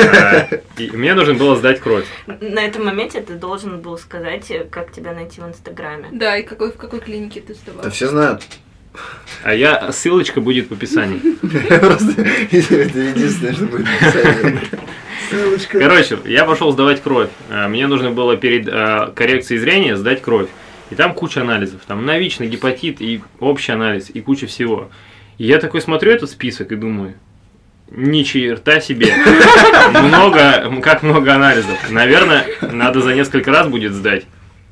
Speaker 3: А, и Мне нужно было сдать кровь.
Speaker 2: На этом моменте ты должен был сказать, э, как тебя найти в Инстаграме.
Speaker 5: Да, и какой, в какой клинике ты
Speaker 3: Типа.
Speaker 5: сдавала?
Speaker 4: Да все знают.
Speaker 3: А я... Ссылочка будет в описании.
Speaker 4: Просто это единственное, что будет написано.
Speaker 1: Ссылочка.
Speaker 3: Короче, я пошел сдавать кровь. А, Мне нужно было перед а, коррекцией зрения сдать кровь. И там куча анализов. Там навично, гепатит и общий анализ, и куча всего. И я такой смотрю этот список и думаю, ни черта себе. Много, как много анализов. Наверное, надо за несколько раз будет сдать.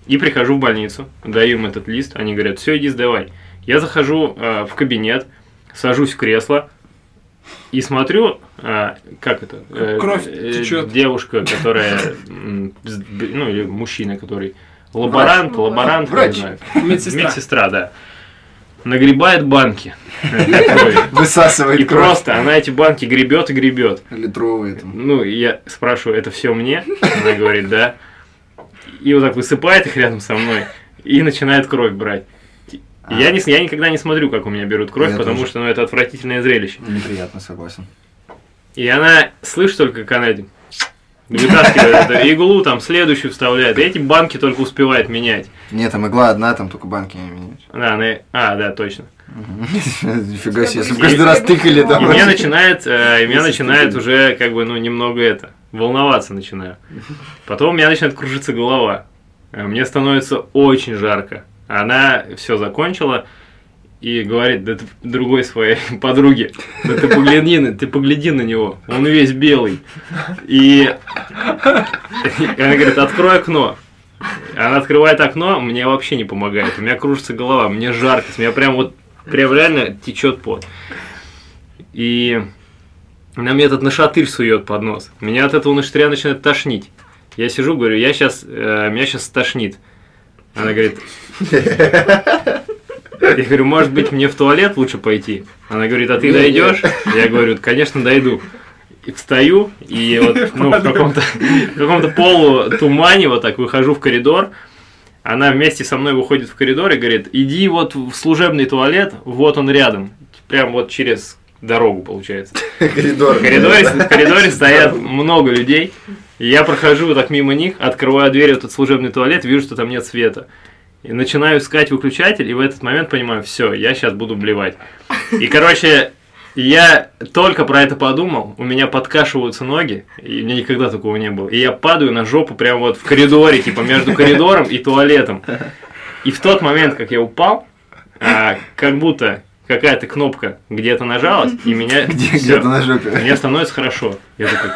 Speaker 3: И прихожу в больницу, даю им этот лист, они говорят, все, иди сдавай. Я захожу а, в кабинет, сажусь в кресло и смотрю, а, как это? Э,
Speaker 1: Кровь
Speaker 3: э,
Speaker 1: течет.
Speaker 3: Девушка, которая, м, с- ну или мужчина, который лаборант,
Speaker 5: Врач.
Speaker 3: лаборант,
Speaker 4: Врач.
Speaker 3: не знаю.
Speaker 1: Медсестра.
Speaker 3: Медсестра, да. Нагребает банки. И
Speaker 4: Высасывает кровь.
Speaker 3: просто она эти банки гребет и гребет.
Speaker 4: Литровые там.
Speaker 3: Ну, и я спрашиваю, это все мне? Она говорит, да. И вот так высыпает их рядом со мной и начинает кровь брать. И Я, не, с- я никогда не смотрю, как у меня берут кровь,
Speaker 4: А. Я
Speaker 3: потому
Speaker 4: тоже.
Speaker 3: что ну, это отвратительное зрелище.
Speaker 4: Неприятно, согласен.
Speaker 3: И она слышит только, как она этим вытаскивает эту иглу, там следующую вставляет. И эти банки только успевает менять.
Speaker 4: Нет, там игла одна, там только банки не меняешь.
Speaker 3: Да, она... А, да, точно.
Speaker 4: Нифига себе, если бы каждый раз тыкали
Speaker 3: И
Speaker 4: там.
Speaker 3: меня начинает, э, и меня
Speaker 4: Если
Speaker 3: начинает
Speaker 4: ты-
Speaker 3: уже как бы, ну, немного это, волноваться начинаю. Потом у меня начинает кружиться голова. Э, Мне становится очень жарко. Она все закончила и говорит, да ты другой своей подруге, да ты погляди, на- ты погляди на него, он весь белый. И и она говорит, открой окно. Она открывает окно, мне вообще не помогает. У меня кружится голова, мне жарко, с меня прям вот, прям реально течет пот. И она мне этот нашатырь сует под нос. Меня от этого нашатыря начинает тошнить. Я сижу, говорю, я сейчас, меня сейчас тошнит. Она говорит, я говорю, может быть, мне в туалет лучше пойти? Она говорит, а ты
Speaker 4: Не, не.
Speaker 3: дойдешь? Я говорю, конечно, дойду. И встаю, и вот ну, в каком-то в каком-то полутумане вот так выхожу в коридор. Она вместе со мной выходит в коридор и говорит, иди вот в служебный туалет, вот он рядом. Прям вот через дорогу, получается.
Speaker 4: Коридор.
Speaker 3: В коридоре, в коридоре стоят много людей. И я прохожу вот так мимо них, открываю дверь в этот служебный туалет, вижу, что там нет света. И начинаю искать выключатель, и в этот момент понимаю, все, я сейчас буду блевать. И, короче, я только про это подумал, у меня подкашиваются ноги, и у меня никогда такого не было. И я падаю на жопу прямо вот в коридоре, типа между коридором и туалетом. И в тот момент, как я упал, а, как будто какая-то кнопка где-то нажалась, и меня
Speaker 4: Где-то
Speaker 3: всё,
Speaker 4: на жопе.
Speaker 3: мне становится хорошо. Я такой,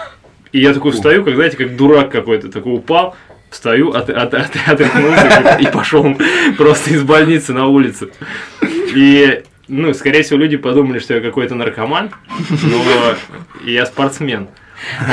Speaker 3: и я такой встаю, как, знаете, как дурак какой-то, такой упал, встаю, от, от, от- отряхнулся и пошел просто из больницы на улицу. И, ну, скорее всего, люди подумали, что я какой-то наркоман, но я спортсмен.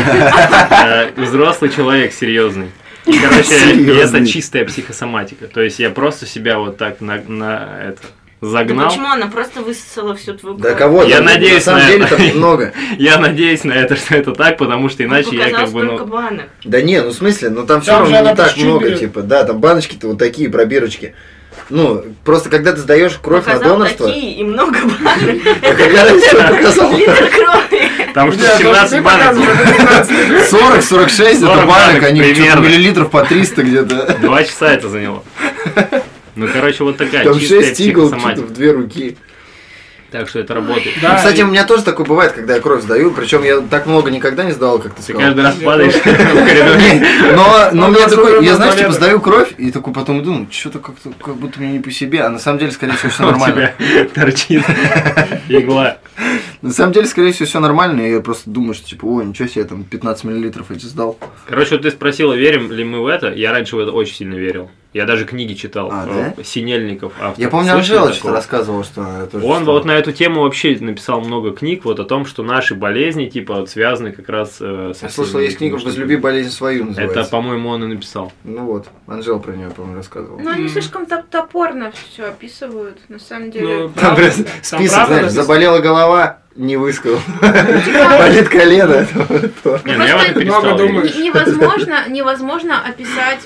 Speaker 3: Э, Взрослый человек, серьезный. И, Короче, и это
Speaker 4: Серьезный.
Speaker 3: чистая психосоматика. То есть я просто себя вот так на, на это
Speaker 2: Да
Speaker 3: загнал.
Speaker 2: Ну почему она просто высосала всю твою
Speaker 4: Да
Speaker 2: кровь?
Speaker 4: кого?
Speaker 3: Я
Speaker 4: там,
Speaker 3: надеюсь
Speaker 4: На
Speaker 3: на
Speaker 4: самом деле
Speaker 3: это.
Speaker 4: там много.
Speaker 3: Я надеюсь на это, что это так, потому что иначе я как
Speaker 2: Показалось
Speaker 3: бы...
Speaker 2: только
Speaker 3: Ну,
Speaker 2: банок.
Speaker 4: Да не, ну в смысле, ну там все
Speaker 1: Там же
Speaker 4: равно
Speaker 1: она
Speaker 4: не так
Speaker 1: чуть-чуть
Speaker 4: много,
Speaker 1: берет.
Speaker 4: типа, да, там баночки-то вот такие пробирочки. Ну, просто когда ты сдаешь кровь на
Speaker 2: Показал
Speaker 4: донорство,
Speaker 2: такие и много банок.
Speaker 4: а когда ты всё показал,
Speaker 2: Литр крови.
Speaker 3: потому что
Speaker 1: Да,
Speaker 3: 17
Speaker 1: ты
Speaker 3: банок.
Speaker 1: показывал, это 15.
Speaker 4: 40-46 это
Speaker 3: 40
Speaker 4: банок,
Speaker 3: банок
Speaker 4: они чё-то
Speaker 3: примерно.
Speaker 4: миллилитров по 300 где-то.
Speaker 3: Два часа это заняло. Ну, короче, вот такая
Speaker 4: Там
Speaker 3: чистая
Speaker 4: 6 игл типа. чё-то
Speaker 3: психосоматика.
Speaker 4: в две руки.
Speaker 3: Так что это работает.
Speaker 1: Да,
Speaker 4: Ну, Кстати,
Speaker 1: и-
Speaker 4: у меня тоже такое бывает, когда я кровь сдаю, причем я так много никогда не сдавал, как
Speaker 3: Ты
Speaker 4: ты сказал.
Speaker 3: каждый раз падаешь в коридоре.
Speaker 4: Но, но
Speaker 1: Он
Speaker 4: мне
Speaker 1: просто
Speaker 4: такой,
Speaker 1: умер
Speaker 4: я
Speaker 1: на
Speaker 4: знаешь, типа
Speaker 1: туалетах.
Speaker 4: сдаю кровь, и такой потом думаю, что-то как-то, как будто мне не по себе, а на самом деле, скорее всего, все
Speaker 3: У
Speaker 4: нормально.
Speaker 3: тебя торчит игла.
Speaker 4: На самом деле, скорее всего, все нормально, и я просто думаю, что типа, о, ничего себе, я там 15 миллилитров эти сдал.
Speaker 3: Короче, вот ты спросила, верим ли мы в это. Я раньше в это очень сильно верил. Я даже книги читал.
Speaker 4: А,
Speaker 3: э,
Speaker 4: да?
Speaker 3: Синельников автор.
Speaker 4: Я помню,
Speaker 3: Слышали
Speaker 4: Анжела что-то
Speaker 3: такого?
Speaker 4: рассказывала, что она тоже...
Speaker 3: Он
Speaker 4: читала.
Speaker 3: вот на эту тему вообще написал много книг, вот о том, что наши болезни, типа, вот связаны как раз э, со
Speaker 4: Я слышал,
Speaker 3: всеми
Speaker 4: есть книга
Speaker 3: этими
Speaker 4: «Возлюби
Speaker 3: штуками.
Speaker 4: болезнь свою» называется.
Speaker 3: Это, по-моему, он и написал.
Speaker 4: Ну вот, Анжела про нее, по-моему, рассказывала.
Speaker 5: Ну, они
Speaker 1: Мгм.
Speaker 5: слишком топ- топорно все описывают, на самом
Speaker 1: Ну,
Speaker 5: деле.
Speaker 4: Там
Speaker 1: правда,
Speaker 4: прям
Speaker 1: там
Speaker 4: список,
Speaker 1: правда
Speaker 4: знаешь,
Speaker 1: написано.
Speaker 4: заболела голова, не высказал. Болит колено. это вот то.
Speaker 3: Не, ну я в это
Speaker 5: Просто
Speaker 3: перестал
Speaker 1: много
Speaker 3: верить.
Speaker 1: думаешь.
Speaker 5: Не- Невозможно, невозможно описать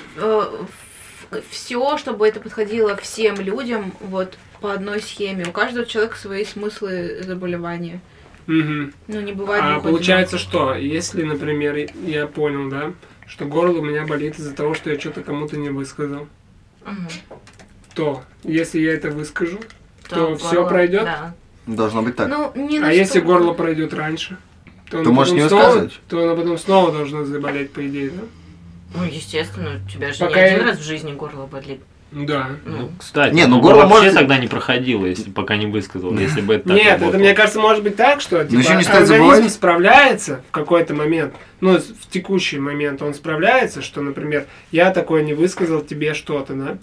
Speaker 5: все, чтобы это подходило всем людям вот по одной схеме. У каждого человека свои смыслы заболевания.
Speaker 1: Мгм.
Speaker 5: Ну, не бывает.
Speaker 1: А
Speaker 5: двух
Speaker 1: получается что, если, например, я понял, да, что горло у меня болит из-за того, что я что-то кому-то не высказал,
Speaker 2: Мгм.
Speaker 1: то если я это выскажу,
Speaker 2: То
Speaker 1: То всё
Speaker 2: горло,
Speaker 1: пройдет?
Speaker 2: Да.
Speaker 4: Должно быть так.
Speaker 5: одинаковых. Ну, не на
Speaker 1: а если
Speaker 5: что.
Speaker 1: горло пройдет раньше, то
Speaker 4: Ты
Speaker 1: оно
Speaker 4: можешь
Speaker 1: потом
Speaker 4: не
Speaker 1: снова,
Speaker 4: высказывать.
Speaker 1: то оно потом снова должно заболеть, по идее, да?
Speaker 2: Ну, естественно, у тебя же
Speaker 1: Пока
Speaker 2: не один
Speaker 1: я-
Speaker 2: раз в жизни горло болит.
Speaker 1: Да.
Speaker 2: Ну,
Speaker 3: Ну, кстати,
Speaker 4: Не, ну,
Speaker 3: оно
Speaker 4: горло
Speaker 3: вообще
Speaker 4: может-
Speaker 3: тогда не проходило, если пока не высказал, если бы это так
Speaker 1: Нет, это
Speaker 3: работало.
Speaker 1: мне кажется, может быть так, что типа,
Speaker 4: еще не стоит
Speaker 1: организм
Speaker 4: забывать.
Speaker 1: справляется в какой-то момент, ну, с- в текущий момент он справляется, что, например, я такое не высказал тебе что-то, да,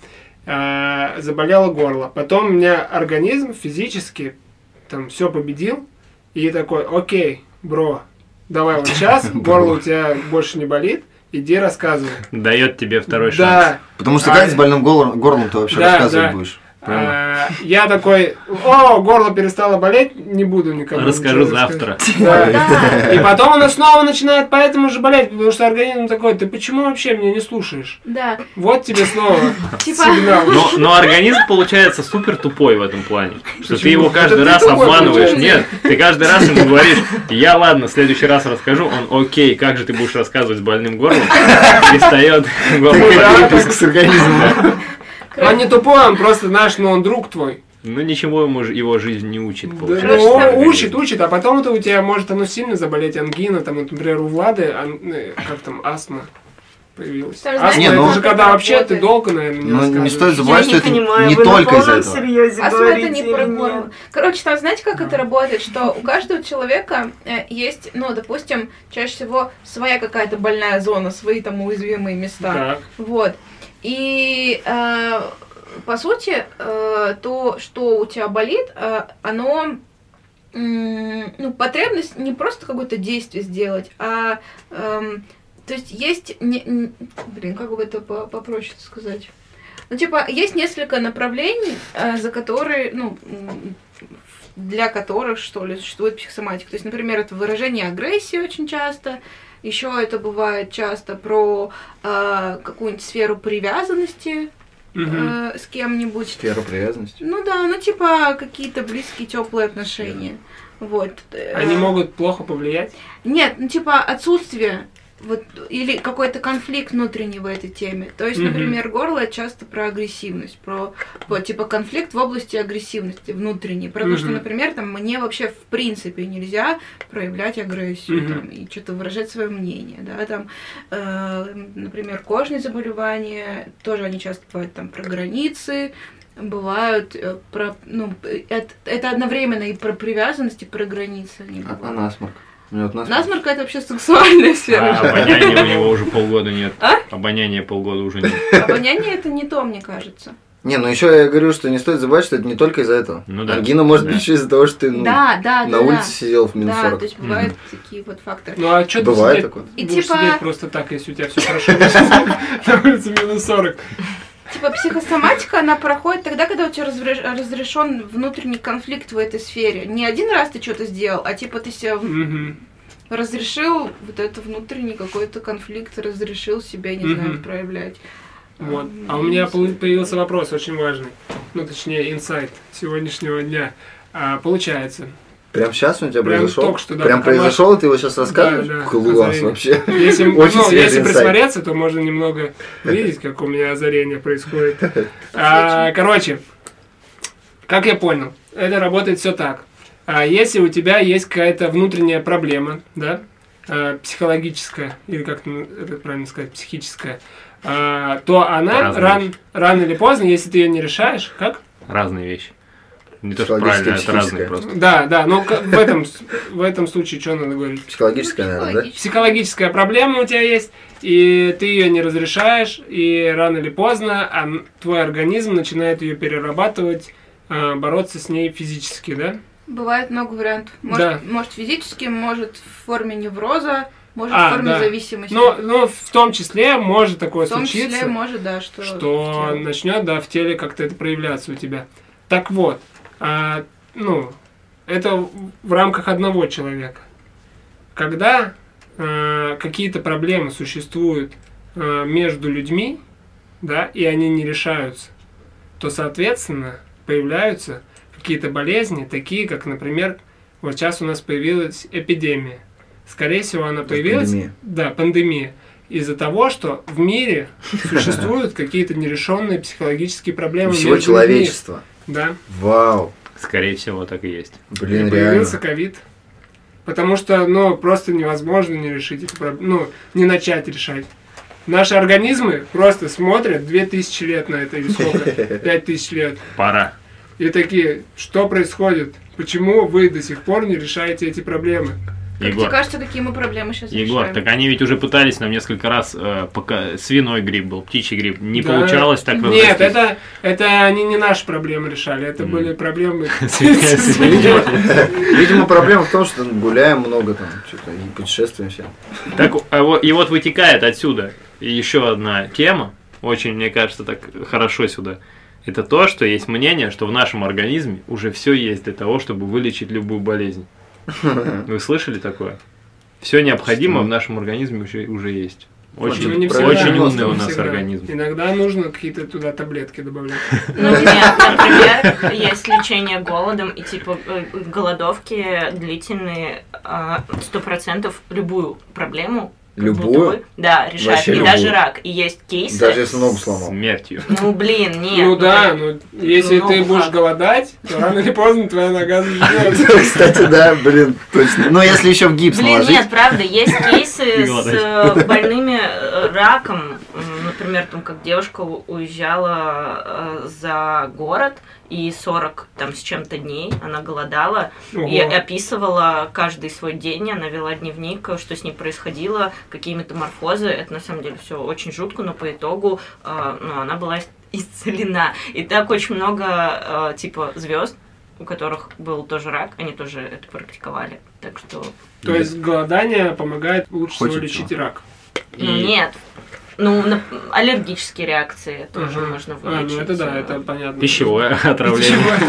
Speaker 1: а, заболело горло. Потом у меня организм физически там все победил, и такой, окей, бро, давай вот сейчас, горло у тебя больше не болит, иди рассказывай.
Speaker 3: Дает тебе второй шанс.
Speaker 1: Да,
Speaker 4: Потому что
Speaker 1: А-
Speaker 4: как с больным горлом, горлом ты вообще
Speaker 1: Да,
Speaker 4: рассказывать
Speaker 1: да.
Speaker 4: будешь?
Speaker 1: а, я такой, о, горло перестало болеть, не буду никому.
Speaker 3: Расскажу
Speaker 1: ничего рассказывать».
Speaker 3: завтра.
Speaker 1: Да.
Speaker 5: Да.
Speaker 1: И потом она снова начинает поэтому же болеть, потому что организм такой, ты почему вообще меня не слушаешь?
Speaker 5: Да.
Speaker 1: Вот тебе снова
Speaker 5: Типа,
Speaker 1: сигнал.
Speaker 3: Но, но организм получается супер тупой в этом плане. Что ты его каждый
Speaker 1: Это ты
Speaker 3: раз
Speaker 1: тупой,
Speaker 3: обманываешь. Нет,
Speaker 1: получается.
Speaker 3: ты каждый раз ему говоришь, я ладно, в следующий раз расскажу. Он окей, как же ты будешь рассказывать с больным горлом? Перестает
Speaker 4: Такой
Speaker 1: да,
Speaker 4: выпуск
Speaker 1: так-
Speaker 4: с организмом.
Speaker 1: Он не тупой, он просто наш, но он друг твой.
Speaker 3: Ну ничего ему ж- его жизнь не учит,
Speaker 1: Да,
Speaker 3: получается.
Speaker 1: ну, он
Speaker 3: организм.
Speaker 1: учит, учит, а потом это у тебя может оно сильно заболеть ангина, там, вот, например, у Влады, ан- э, как там, астма появилась.
Speaker 5: Там,
Speaker 1: Астма,
Speaker 5: знаешь,
Speaker 4: Не, ну-
Speaker 1: это уже когда вообще ты
Speaker 5: работает.
Speaker 1: долго, наверное, не
Speaker 4: Ну, не
Speaker 1: рассказываешь.
Speaker 4: стоит забывать, что это не
Speaker 2: вы на
Speaker 4: только из-за
Speaker 2: полном
Speaker 4: этого.
Speaker 2: серьезе
Speaker 5: Астма А это
Speaker 2: говорите
Speaker 5: не
Speaker 2: или
Speaker 5: про
Speaker 2: нет?
Speaker 5: горло. Короче, там знаете, как
Speaker 3: Да.
Speaker 5: это работает? Что у каждого человека э, есть, ну, допустим, чаще всего своя какая-то больная зона, свои там уязвимые места.
Speaker 1: Да.
Speaker 5: Вот. И э, по сути, э, то, что у тебя болит, э, оно м, ну, потребность не просто какое-то действие сделать, а эм, то есть есть не- н- блин, как бы это по- попроще сказать. Ну, типа, есть несколько направлений, э, за которые, ну, м, для которых, что ли, существует психосоматика. То есть, например, это выражение агрессии очень часто, еще это бывает часто про э, какую-нибудь сферу привязанности э,
Speaker 1: Мгм.
Speaker 5: с кем-нибудь.
Speaker 4: Сфера привязанности.
Speaker 5: Ну да, ну типа какие-то близкие, теплые отношения. Вот. э,
Speaker 1: Они могут плохо повлиять.
Speaker 5: Нет, ну типа отсутствие вот или какой-то конфликт внутренний в этой теме. То есть,
Speaker 1: Мгм.
Speaker 5: например, горло это часто про агрессивность, про вот, типа конфликт в области агрессивности внутренней, про то, что,
Speaker 1: Мгм.
Speaker 5: например, там мне вообще в принципе нельзя проявлять агрессию
Speaker 1: Мгм.
Speaker 5: там, и что-то выражать свое мнение, да, там, э, например, кожные заболевания тоже они часто бывают там про границы, бывают э, про, ну, э, это, это одновременно и про привязанность, и про границы. они
Speaker 4: А,
Speaker 5: бывают.
Speaker 4: а насморк? У меня вот насморк.
Speaker 5: Насморк это вообще сексуальная
Speaker 3: А,
Speaker 5: сфера.
Speaker 3: обоняния у него уже полгода нет.
Speaker 5: А?
Speaker 3: Обоняния полгода уже нет.
Speaker 4: А.
Speaker 5: Обоняние это не то, мне кажется.
Speaker 4: Не, ну еще я говорю, что не стоит забывать, что это не только из-за этого.
Speaker 3: Ну да.
Speaker 4: Ангина может
Speaker 3: Да.
Speaker 4: быть еще из-за того, что ты ну,
Speaker 5: Да, да, да.
Speaker 4: на
Speaker 5: да.
Speaker 4: улице сидел в минус
Speaker 5: Да,
Speaker 4: 40.
Speaker 5: то есть бывают такие вот факторы.
Speaker 1: Ну а что ты
Speaker 4: Бывает
Speaker 1: сидеть
Speaker 4: такое.
Speaker 5: И
Speaker 1: будешь
Speaker 5: типа-
Speaker 1: сидеть просто так, если у тебя все хорошо на улице минус 40.
Speaker 5: Типа психосоматика, она проходит тогда, когда у тебя разрешен внутренний конфликт в этой сфере. Не один раз ты что-то сделал, а типа ты себе в-
Speaker 1: Мгм.
Speaker 5: разрешил вот этот внутренний какой-то конфликт, разрешил себя, не знаю,
Speaker 1: Мгм.
Speaker 5: проявлять.
Speaker 1: Вот.
Speaker 5: А,
Speaker 1: А у меня
Speaker 5: ну,
Speaker 1: пол-
Speaker 5: всё.
Speaker 1: появился вопрос очень важный. Ну, точнее, инсайт сегодняшнего дня. А, получается,
Speaker 4: Прям сейчас он у тебя
Speaker 1: Прям
Speaker 4: произошел?
Speaker 1: только что, да,
Speaker 4: Прям
Speaker 1: пока
Speaker 4: произошел, и ты его сейчас рассказываешь?
Speaker 1: Да, да,
Speaker 4: Класс
Speaker 1: озарение.
Speaker 4: вообще.
Speaker 1: если, ну,
Speaker 4: Очень свежий
Speaker 1: если
Speaker 4: инсайт.
Speaker 1: присмотреться, то можно немного видеть, как у меня озарение происходит. А, короче, как я понял, это работает все так. А если у тебя есть какая-то внутренняя проблема, да, а, психологическая, или как ну, это правильно сказать, психическая, а, то она
Speaker 3: Разные
Speaker 1: ран, рано или поздно, если ты ее не решаешь, как?
Speaker 3: Разные вещи. Не то, что
Speaker 4: Психологическое,
Speaker 3: правильно, а это разные
Speaker 4: психическое.
Speaker 3: просто.
Speaker 1: Да, да, ну к- в этом, с- в этом случае что надо говорить?
Speaker 4: Психологическое,
Speaker 2: Ну,
Speaker 4: наверное, да?
Speaker 5: Ну, психологически.
Speaker 1: Психологическая проблема у тебя есть, и ты ее не разрешаешь, и рано или поздно он- твой организм начинает ее перерабатывать, а, бороться с ней физически, да?
Speaker 5: Бывает много вариантов. Может,
Speaker 1: Да.
Speaker 5: может физически, может в форме невроза, может
Speaker 1: А,
Speaker 5: в форме
Speaker 1: да.
Speaker 5: зависимости.
Speaker 1: Ну, ну, в том числе может такое
Speaker 5: в том
Speaker 1: случиться,
Speaker 5: числе может, да, что...
Speaker 1: что начнет, да, в теле как-то это проявляться у тебя. Так вот, а, ну, это в- в рамках одного человека. Когда а, какие-то проблемы существуют а, между людьми, да, и они не решаются, то, соответственно, появляются какие-то болезни, такие как, например, вот сейчас у нас появилась эпидемия. Скорее всего, она появилась
Speaker 4: Пандемия.
Speaker 1: да, пандемия. Из-за того, что в мире существуют какие-то нерешенные психологические проблемы.
Speaker 4: Всего
Speaker 1: между людьми.
Speaker 4: человечества.
Speaker 1: Да.
Speaker 4: Вау.
Speaker 3: Скорее всего, так и есть.
Speaker 4: Блин,
Speaker 1: и
Speaker 4: реально.
Speaker 1: появился ковид. Потому что, ну, просто невозможно не решить эту проблему. Ну, не начать решать. Наши организмы просто смотрят 2000 лет на это или сколько? 5000 лет.
Speaker 3: Пора.
Speaker 1: И такие, что происходит? Почему вы до сих пор не решаете эти проблемы?
Speaker 5: Как
Speaker 3: Егор.
Speaker 5: тебе кажется, какие мы проблемы сейчас
Speaker 3: Егор,
Speaker 5: решаем?
Speaker 3: так они ведь уже пытались нам несколько раз, э, пока свиной грипп был, птичий грипп, не
Speaker 1: Да.
Speaker 3: получалось так
Speaker 1: Нет,
Speaker 3: разрастись.
Speaker 1: это, это они не наши проблемы решали, это
Speaker 3: М.
Speaker 1: были проблемы
Speaker 3: Свинья, свинья.
Speaker 4: Видимо, проблема в том, что ну, гуляем много там, что-то, и путешествуем все.
Speaker 3: Так, а вот- и вот вытекает отсюда еще одна тема, очень, мне кажется, так хорошо сюда. Это то, что есть мнение, что в нашем организме уже все есть для того, чтобы вылечить любую болезнь. Вы слышали такое? Все необходимое в нашем организме уже, уже есть. Очень,
Speaker 1: Ну, не всегда.
Speaker 3: очень
Speaker 4: Правильно.
Speaker 3: умный у
Speaker 1: Не
Speaker 3: нас
Speaker 1: всегда.
Speaker 3: организм.
Speaker 1: Иногда нужно какие-то туда таблетки добавлять.
Speaker 2: Ну нет, например, есть лечение голодом и типа э, голодовки длительные а, сто процентов любую проблему. как будто
Speaker 4: Любую.
Speaker 2: бы, Да, решает.
Speaker 4: Вообще
Speaker 2: И даже
Speaker 4: любую.
Speaker 2: рак. И есть кейсы.
Speaker 4: Даже если ногу сломал.
Speaker 3: Смертью.
Speaker 2: Ну блин, нет.
Speaker 1: ну да, ну если
Speaker 2: ну,
Speaker 1: ты
Speaker 2: ну,
Speaker 1: будешь
Speaker 2: как?
Speaker 1: голодать, то рано или поздно твоя нога заживет.
Speaker 4: Кстати, да, блин, точно. Но если еще в гипс
Speaker 2: Блин,
Speaker 4: наложить.
Speaker 2: нет, правда, есть кейсы с
Speaker 3: Голодаешь.
Speaker 2: э, больными э, раком. М, Например, там, как девушка у- уезжала э, за город, и 40 там с чем-то дней она голодала, И
Speaker 1: Ого.
Speaker 2: описывала каждый свой день, она вела дневник, э, что с ней происходило, какие метаморфозы. Это на самом деле все очень жутко, но по итогу э, ну, она была ис- исцелена. И так очень много э, типа звезд, у которых был тоже рак, они тоже это практиковали. Так что,
Speaker 1: То есть голодание помогает лучше всего
Speaker 4: Хочет
Speaker 1: лечить
Speaker 4: чего.
Speaker 1: рак.
Speaker 2: ну
Speaker 3: И-
Speaker 2: нет. Ну, на- аллергические реакции тоже
Speaker 1: Ага.
Speaker 2: можно
Speaker 1: А,
Speaker 2: вылечить.
Speaker 1: ну это да,
Speaker 2: э,
Speaker 1: это понятно.
Speaker 3: Пищевое отравление.
Speaker 1: Пищевое.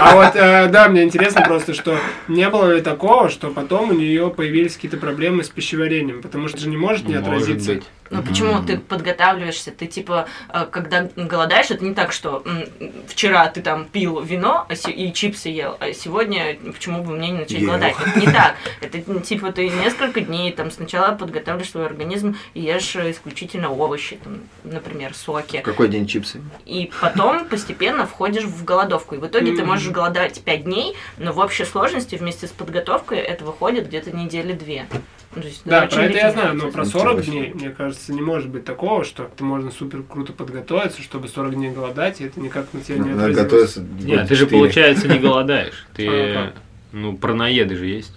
Speaker 1: А вот, э, да, мне интересно просто, что не было ли такого, что потом у нее появились какие-то проблемы с пищеварением, потому что же не может не
Speaker 3: Может
Speaker 1: отразиться.
Speaker 3: быть.
Speaker 2: Ну почему
Speaker 4: Мгм.
Speaker 2: ты подготавливаешься? Ты типа, э, когда голодаешь, это не так, что м, вчера ты там пил вино а се- и чипсы ел, а сегодня почему бы мне не начать
Speaker 4: Ел.
Speaker 2: голодать? Это не так. Это м, типа ты несколько дней там сначала подготавливаешь свой организм и ешь э, исключительно овощи, там, например, соки.
Speaker 4: Какой день чипсы?
Speaker 2: И потом постепенно входишь в голодовку. И в итоге ты
Speaker 1: Мгм.
Speaker 2: можешь голодать пять дней, но в общей сложности вместе с подготовкой это выходит где-то недели две. Ну, то есть,
Speaker 1: Да,
Speaker 2: очень
Speaker 1: про это я
Speaker 2: редко.
Speaker 1: знаю, но про
Speaker 4: Ничего
Speaker 1: 40
Speaker 4: себе.
Speaker 1: дней, мне кажется, не может быть такого, что ты можно супер круто подготовиться, чтобы 40 дней голодать, и это никак на тебя не
Speaker 4: Надо
Speaker 1: отразилось.
Speaker 4: готовиться.
Speaker 3: Нет, ты же, получается, не голодаешь. Ты,
Speaker 1: Ага.
Speaker 3: ну, параноеды же есть.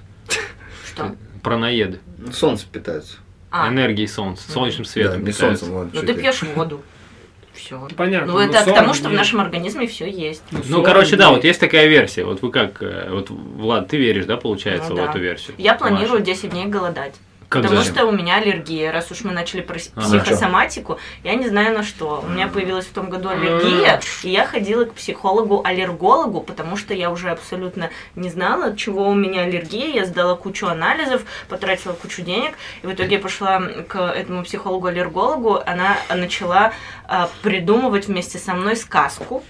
Speaker 2: Что?
Speaker 3: Параноеды.
Speaker 4: Ну, Солнце питается.
Speaker 2: А, ну
Speaker 3: Энергией солнца, солнечным
Speaker 4: Да,
Speaker 3: светом
Speaker 4: не
Speaker 3: питаются.
Speaker 4: солнцем, ладно. чё
Speaker 2: ты
Speaker 4: ты.
Speaker 2: пьешь воду. Все.
Speaker 1: Понятно.
Speaker 2: Ну,
Speaker 1: но
Speaker 2: это к
Speaker 1: 40
Speaker 2: тому, что в
Speaker 1: дней.
Speaker 2: нашем организме все есть.
Speaker 3: Ну,
Speaker 1: 40
Speaker 3: короче, да,
Speaker 1: дней.
Speaker 3: вот есть такая версия. Вот вы как, э, вот, Влад, ты веришь, да, получается,
Speaker 2: Ну
Speaker 3: в
Speaker 2: да.
Speaker 3: эту версию?
Speaker 2: Я планирую
Speaker 3: Маша?
Speaker 2: 10 дней голодать.
Speaker 3: Как
Speaker 2: потому
Speaker 3: зачем? А,
Speaker 2: что у меня аллергия. Раз уж мы начали про с-
Speaker 3: Ага.
Speaker 2: психосоматику, я не знаю на что. У меня появилась в том году аллергия, и я ходила к психологу-аллергологу, потому что я уже абсолютно не знала, от чего у меня аллергия. Я сдала кучу анализов, потратила кучу денег, и в итоге я пошла к этому психологу-аллергологу. Она начала а, придумывать вместе со мной сказку.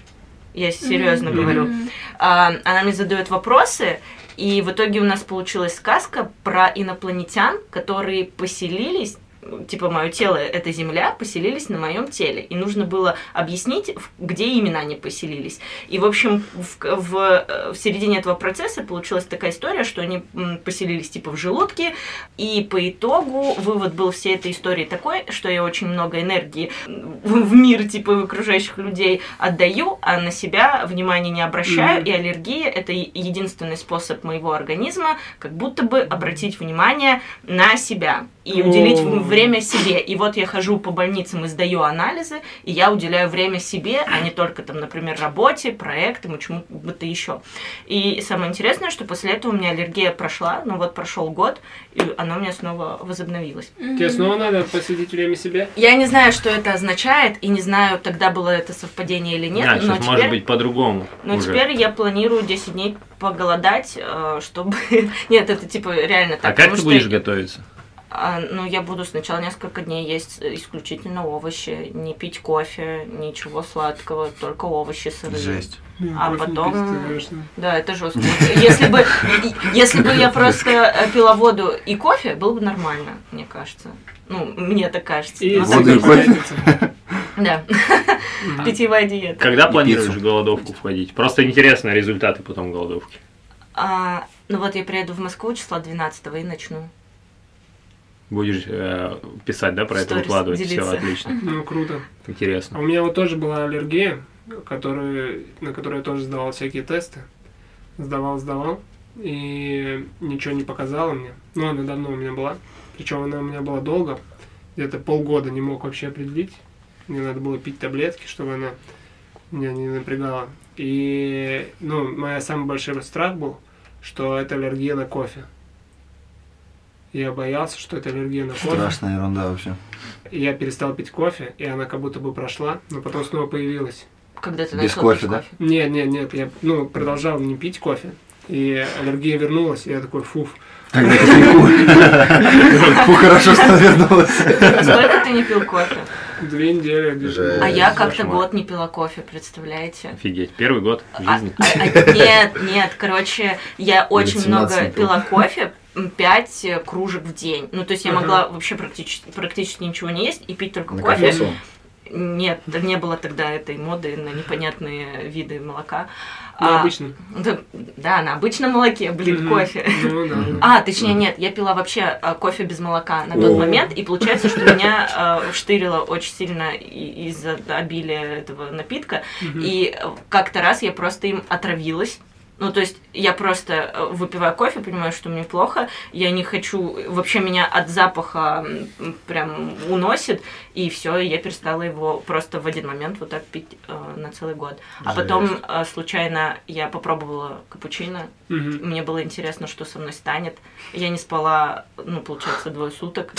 Speaker 2: Я серьезно
Speaker 3: Мгм.
Speaker 2: говорю.
Speaker 5: Мгм.
Speaker 2: А, она мне задает вопросы, и в итоге у нас получилась сказка про инопланетян, которые поселились ну, типа мое тело это земля поселились на моем теле и нужно было объяснить в- где именно они поселились и в общем в, к- в, э, в середине этого процесса получилась такая история что они м, поселились типа в желудке и по итогу вывод был всей этой истории такой что я очень много энергии м, в, в мир типа в окружающих людей отдаю а на себя внимания не обращаю
Speaker 1: Мгм.
Speaker 2: и аллергия это е- единственный способ моего организма как будто бы обратить внимание на себя и
Speaker 1: О.
Speaker 2: уделить в- время себе. И вот я хожу по больницам и сдаю анализы, и я уделяю время себе, а не только там, например, работе, проектам и чему бы то еще. И самое интересное, что после этого у меня аллергия прошла, ну вот прошел год, и она у меня снова возобновилась.
Speaker 1: Тебе снова ну, надо посвятить время себе?
Speaker 2: Я не знаю, что это означает, и не знаю, тогда было это совпадение или нет,
Speaker 3: а,
Speaker 2: но
Speaker 3: сейчас
Speaker 2: теперь...
Speaker 3: может быть по-другому
Speaker 2: Но
Speaker 3: уже.
Speaker 2: теперь я планирую 10 дней поголодать, э, чтобы... Нет, это типа реально так.
Speaker 3: а как
Speaker 2: потому
Speaker 3: ты
Speaker 2: что-
Speaker 3: будешь готовиться?
Speaker 2: А, ну, я буду сначала несколько дней есть исключительно овощи, не пить кофе, ничего сладкого, только овощи сырые.
Speaker 1: Кофе
Speaker 2: А
Speaker 1: не
Speaker 2: потом-
Speaker 1: пить, конечно.
Speaker 2: Да, это жестко. Если бы, если бы я просто э, пила воду и кофе, было бы нормально, мне кажется. Ну, мне так кажется.
Speaker 1: И
Speaker 2: Ну,
Speaker 6: Воду
Speaker 1: сахар
Speaker 6: и кофе.
Speaker 1: пятница.
Speaker 2: Да, питьевая диета.
Speaker 3: Когда
Speaker 6: И
Speaker 3: планируешь
Speaker 6: пиццу.
Speaker 3: в голодовку входить? Просто интересно результаты потом голодовки.
Speaker 2: А, ну вот я приеду в Москву числа 12 и начну.
Speaker 3: Будешь э, писать, да, про это
Speaker 2: Сторис
Speaker 3: выкладывать?
Speaker 2: делиться.
Speaker 3: Все, отлично.
Speaker 1: Ну, круто. А
Speaker 3: Интересно.
Speaker 1: у меня вот тоже была аллергия, которую, на которую я тоже сдавал всякие тесты. Сдавал, сдавал. И ничего не показала мне. Но она давно у меня была. Причем она у меня была долго. Где-то полгода не мог вообще определить. Мне надо было пить таблетки, чтобы она меня не напрягала. И, ну, моя самый большой страх был, что это аллергия на кофе. Я боялся, что это аллергия на кофе.
Speaker 6: Страшная ерунда вообще.
Speaker 1: И я перестал пить кофе, и она как будто бы прошла, но потом снова появилась.
Speaker 2: Когда ты
Speaker 6: Без
Speaker 2: начал пить
Speaker 6: кофе, да?
Speaker 1: Нет, нет, нет, я ну, продолжал не пить кофе, и аллергия вернулась, и я такой, фуф.
Speaker 6: Тогда ты фигу. Фу, хорошо, что вернулась.
Speaker 2: А Сколько ты не пил кофе?
Speaker 1: Две недели. где-то.
Speaker 4: Жесть.
Speaker 2: А я как-то
Speaker 3: кошмар.
Speaker 2: год не пила кофе, представляете?
Speaker 3: Офигеть. Первый год в
Speaker 2: А-
Speaker 3: жизни.
Speaker 2: а- а- нет, нет, короче, я очень
Speaker 4: 17
Speaker 2: много
Speaker 4: не пил.
Speaker 2: пила кофе, 5 кружек в день. Ну, то есть я
Speaker 1: Ага.
Speaker 2: могла вообще практически, практически ничего не есть и пить только
Speaker 4: На
Speaker 2: кофе.
Speaker 4: кокосовом.
Speaker 2: Нет, да не было тогда этой моды на непонятные виды молока.
Speaker 1: Ну,
Speaker 2: А,
Speaker 1: обычно.
Speaker 2: да, да, на обычном молоке, блин,
Speaker 1: Мгм.
Speaker 2: кофе.
Speaker 1: Ну, да. да.
Speaker 2: А, точнее, нет, я пила вообще а, кофе без молока на тот
Speaker 1: О.
Speaker 2: момент, и получается, что меня а, штырило очень сильно и- из-за обилия этого напитка,
Speaker 1: Мгм.
Speaker 2: и э, как-то раз я просто им отравилась. Ну, то есть я просто э, выпиваю кофе, понимаю, что мне плохо, я не хочу, вообще меня от запаха м, прям уносит, и все, я перестала его просто в один момент вот так пить э, на целый год. А потом э, случайно я попробовала капучино,
Speaker 1: Мгм.
Speaker 2: мне было интересно, что со мной станет. Я не спала, ну, получается, двое суток.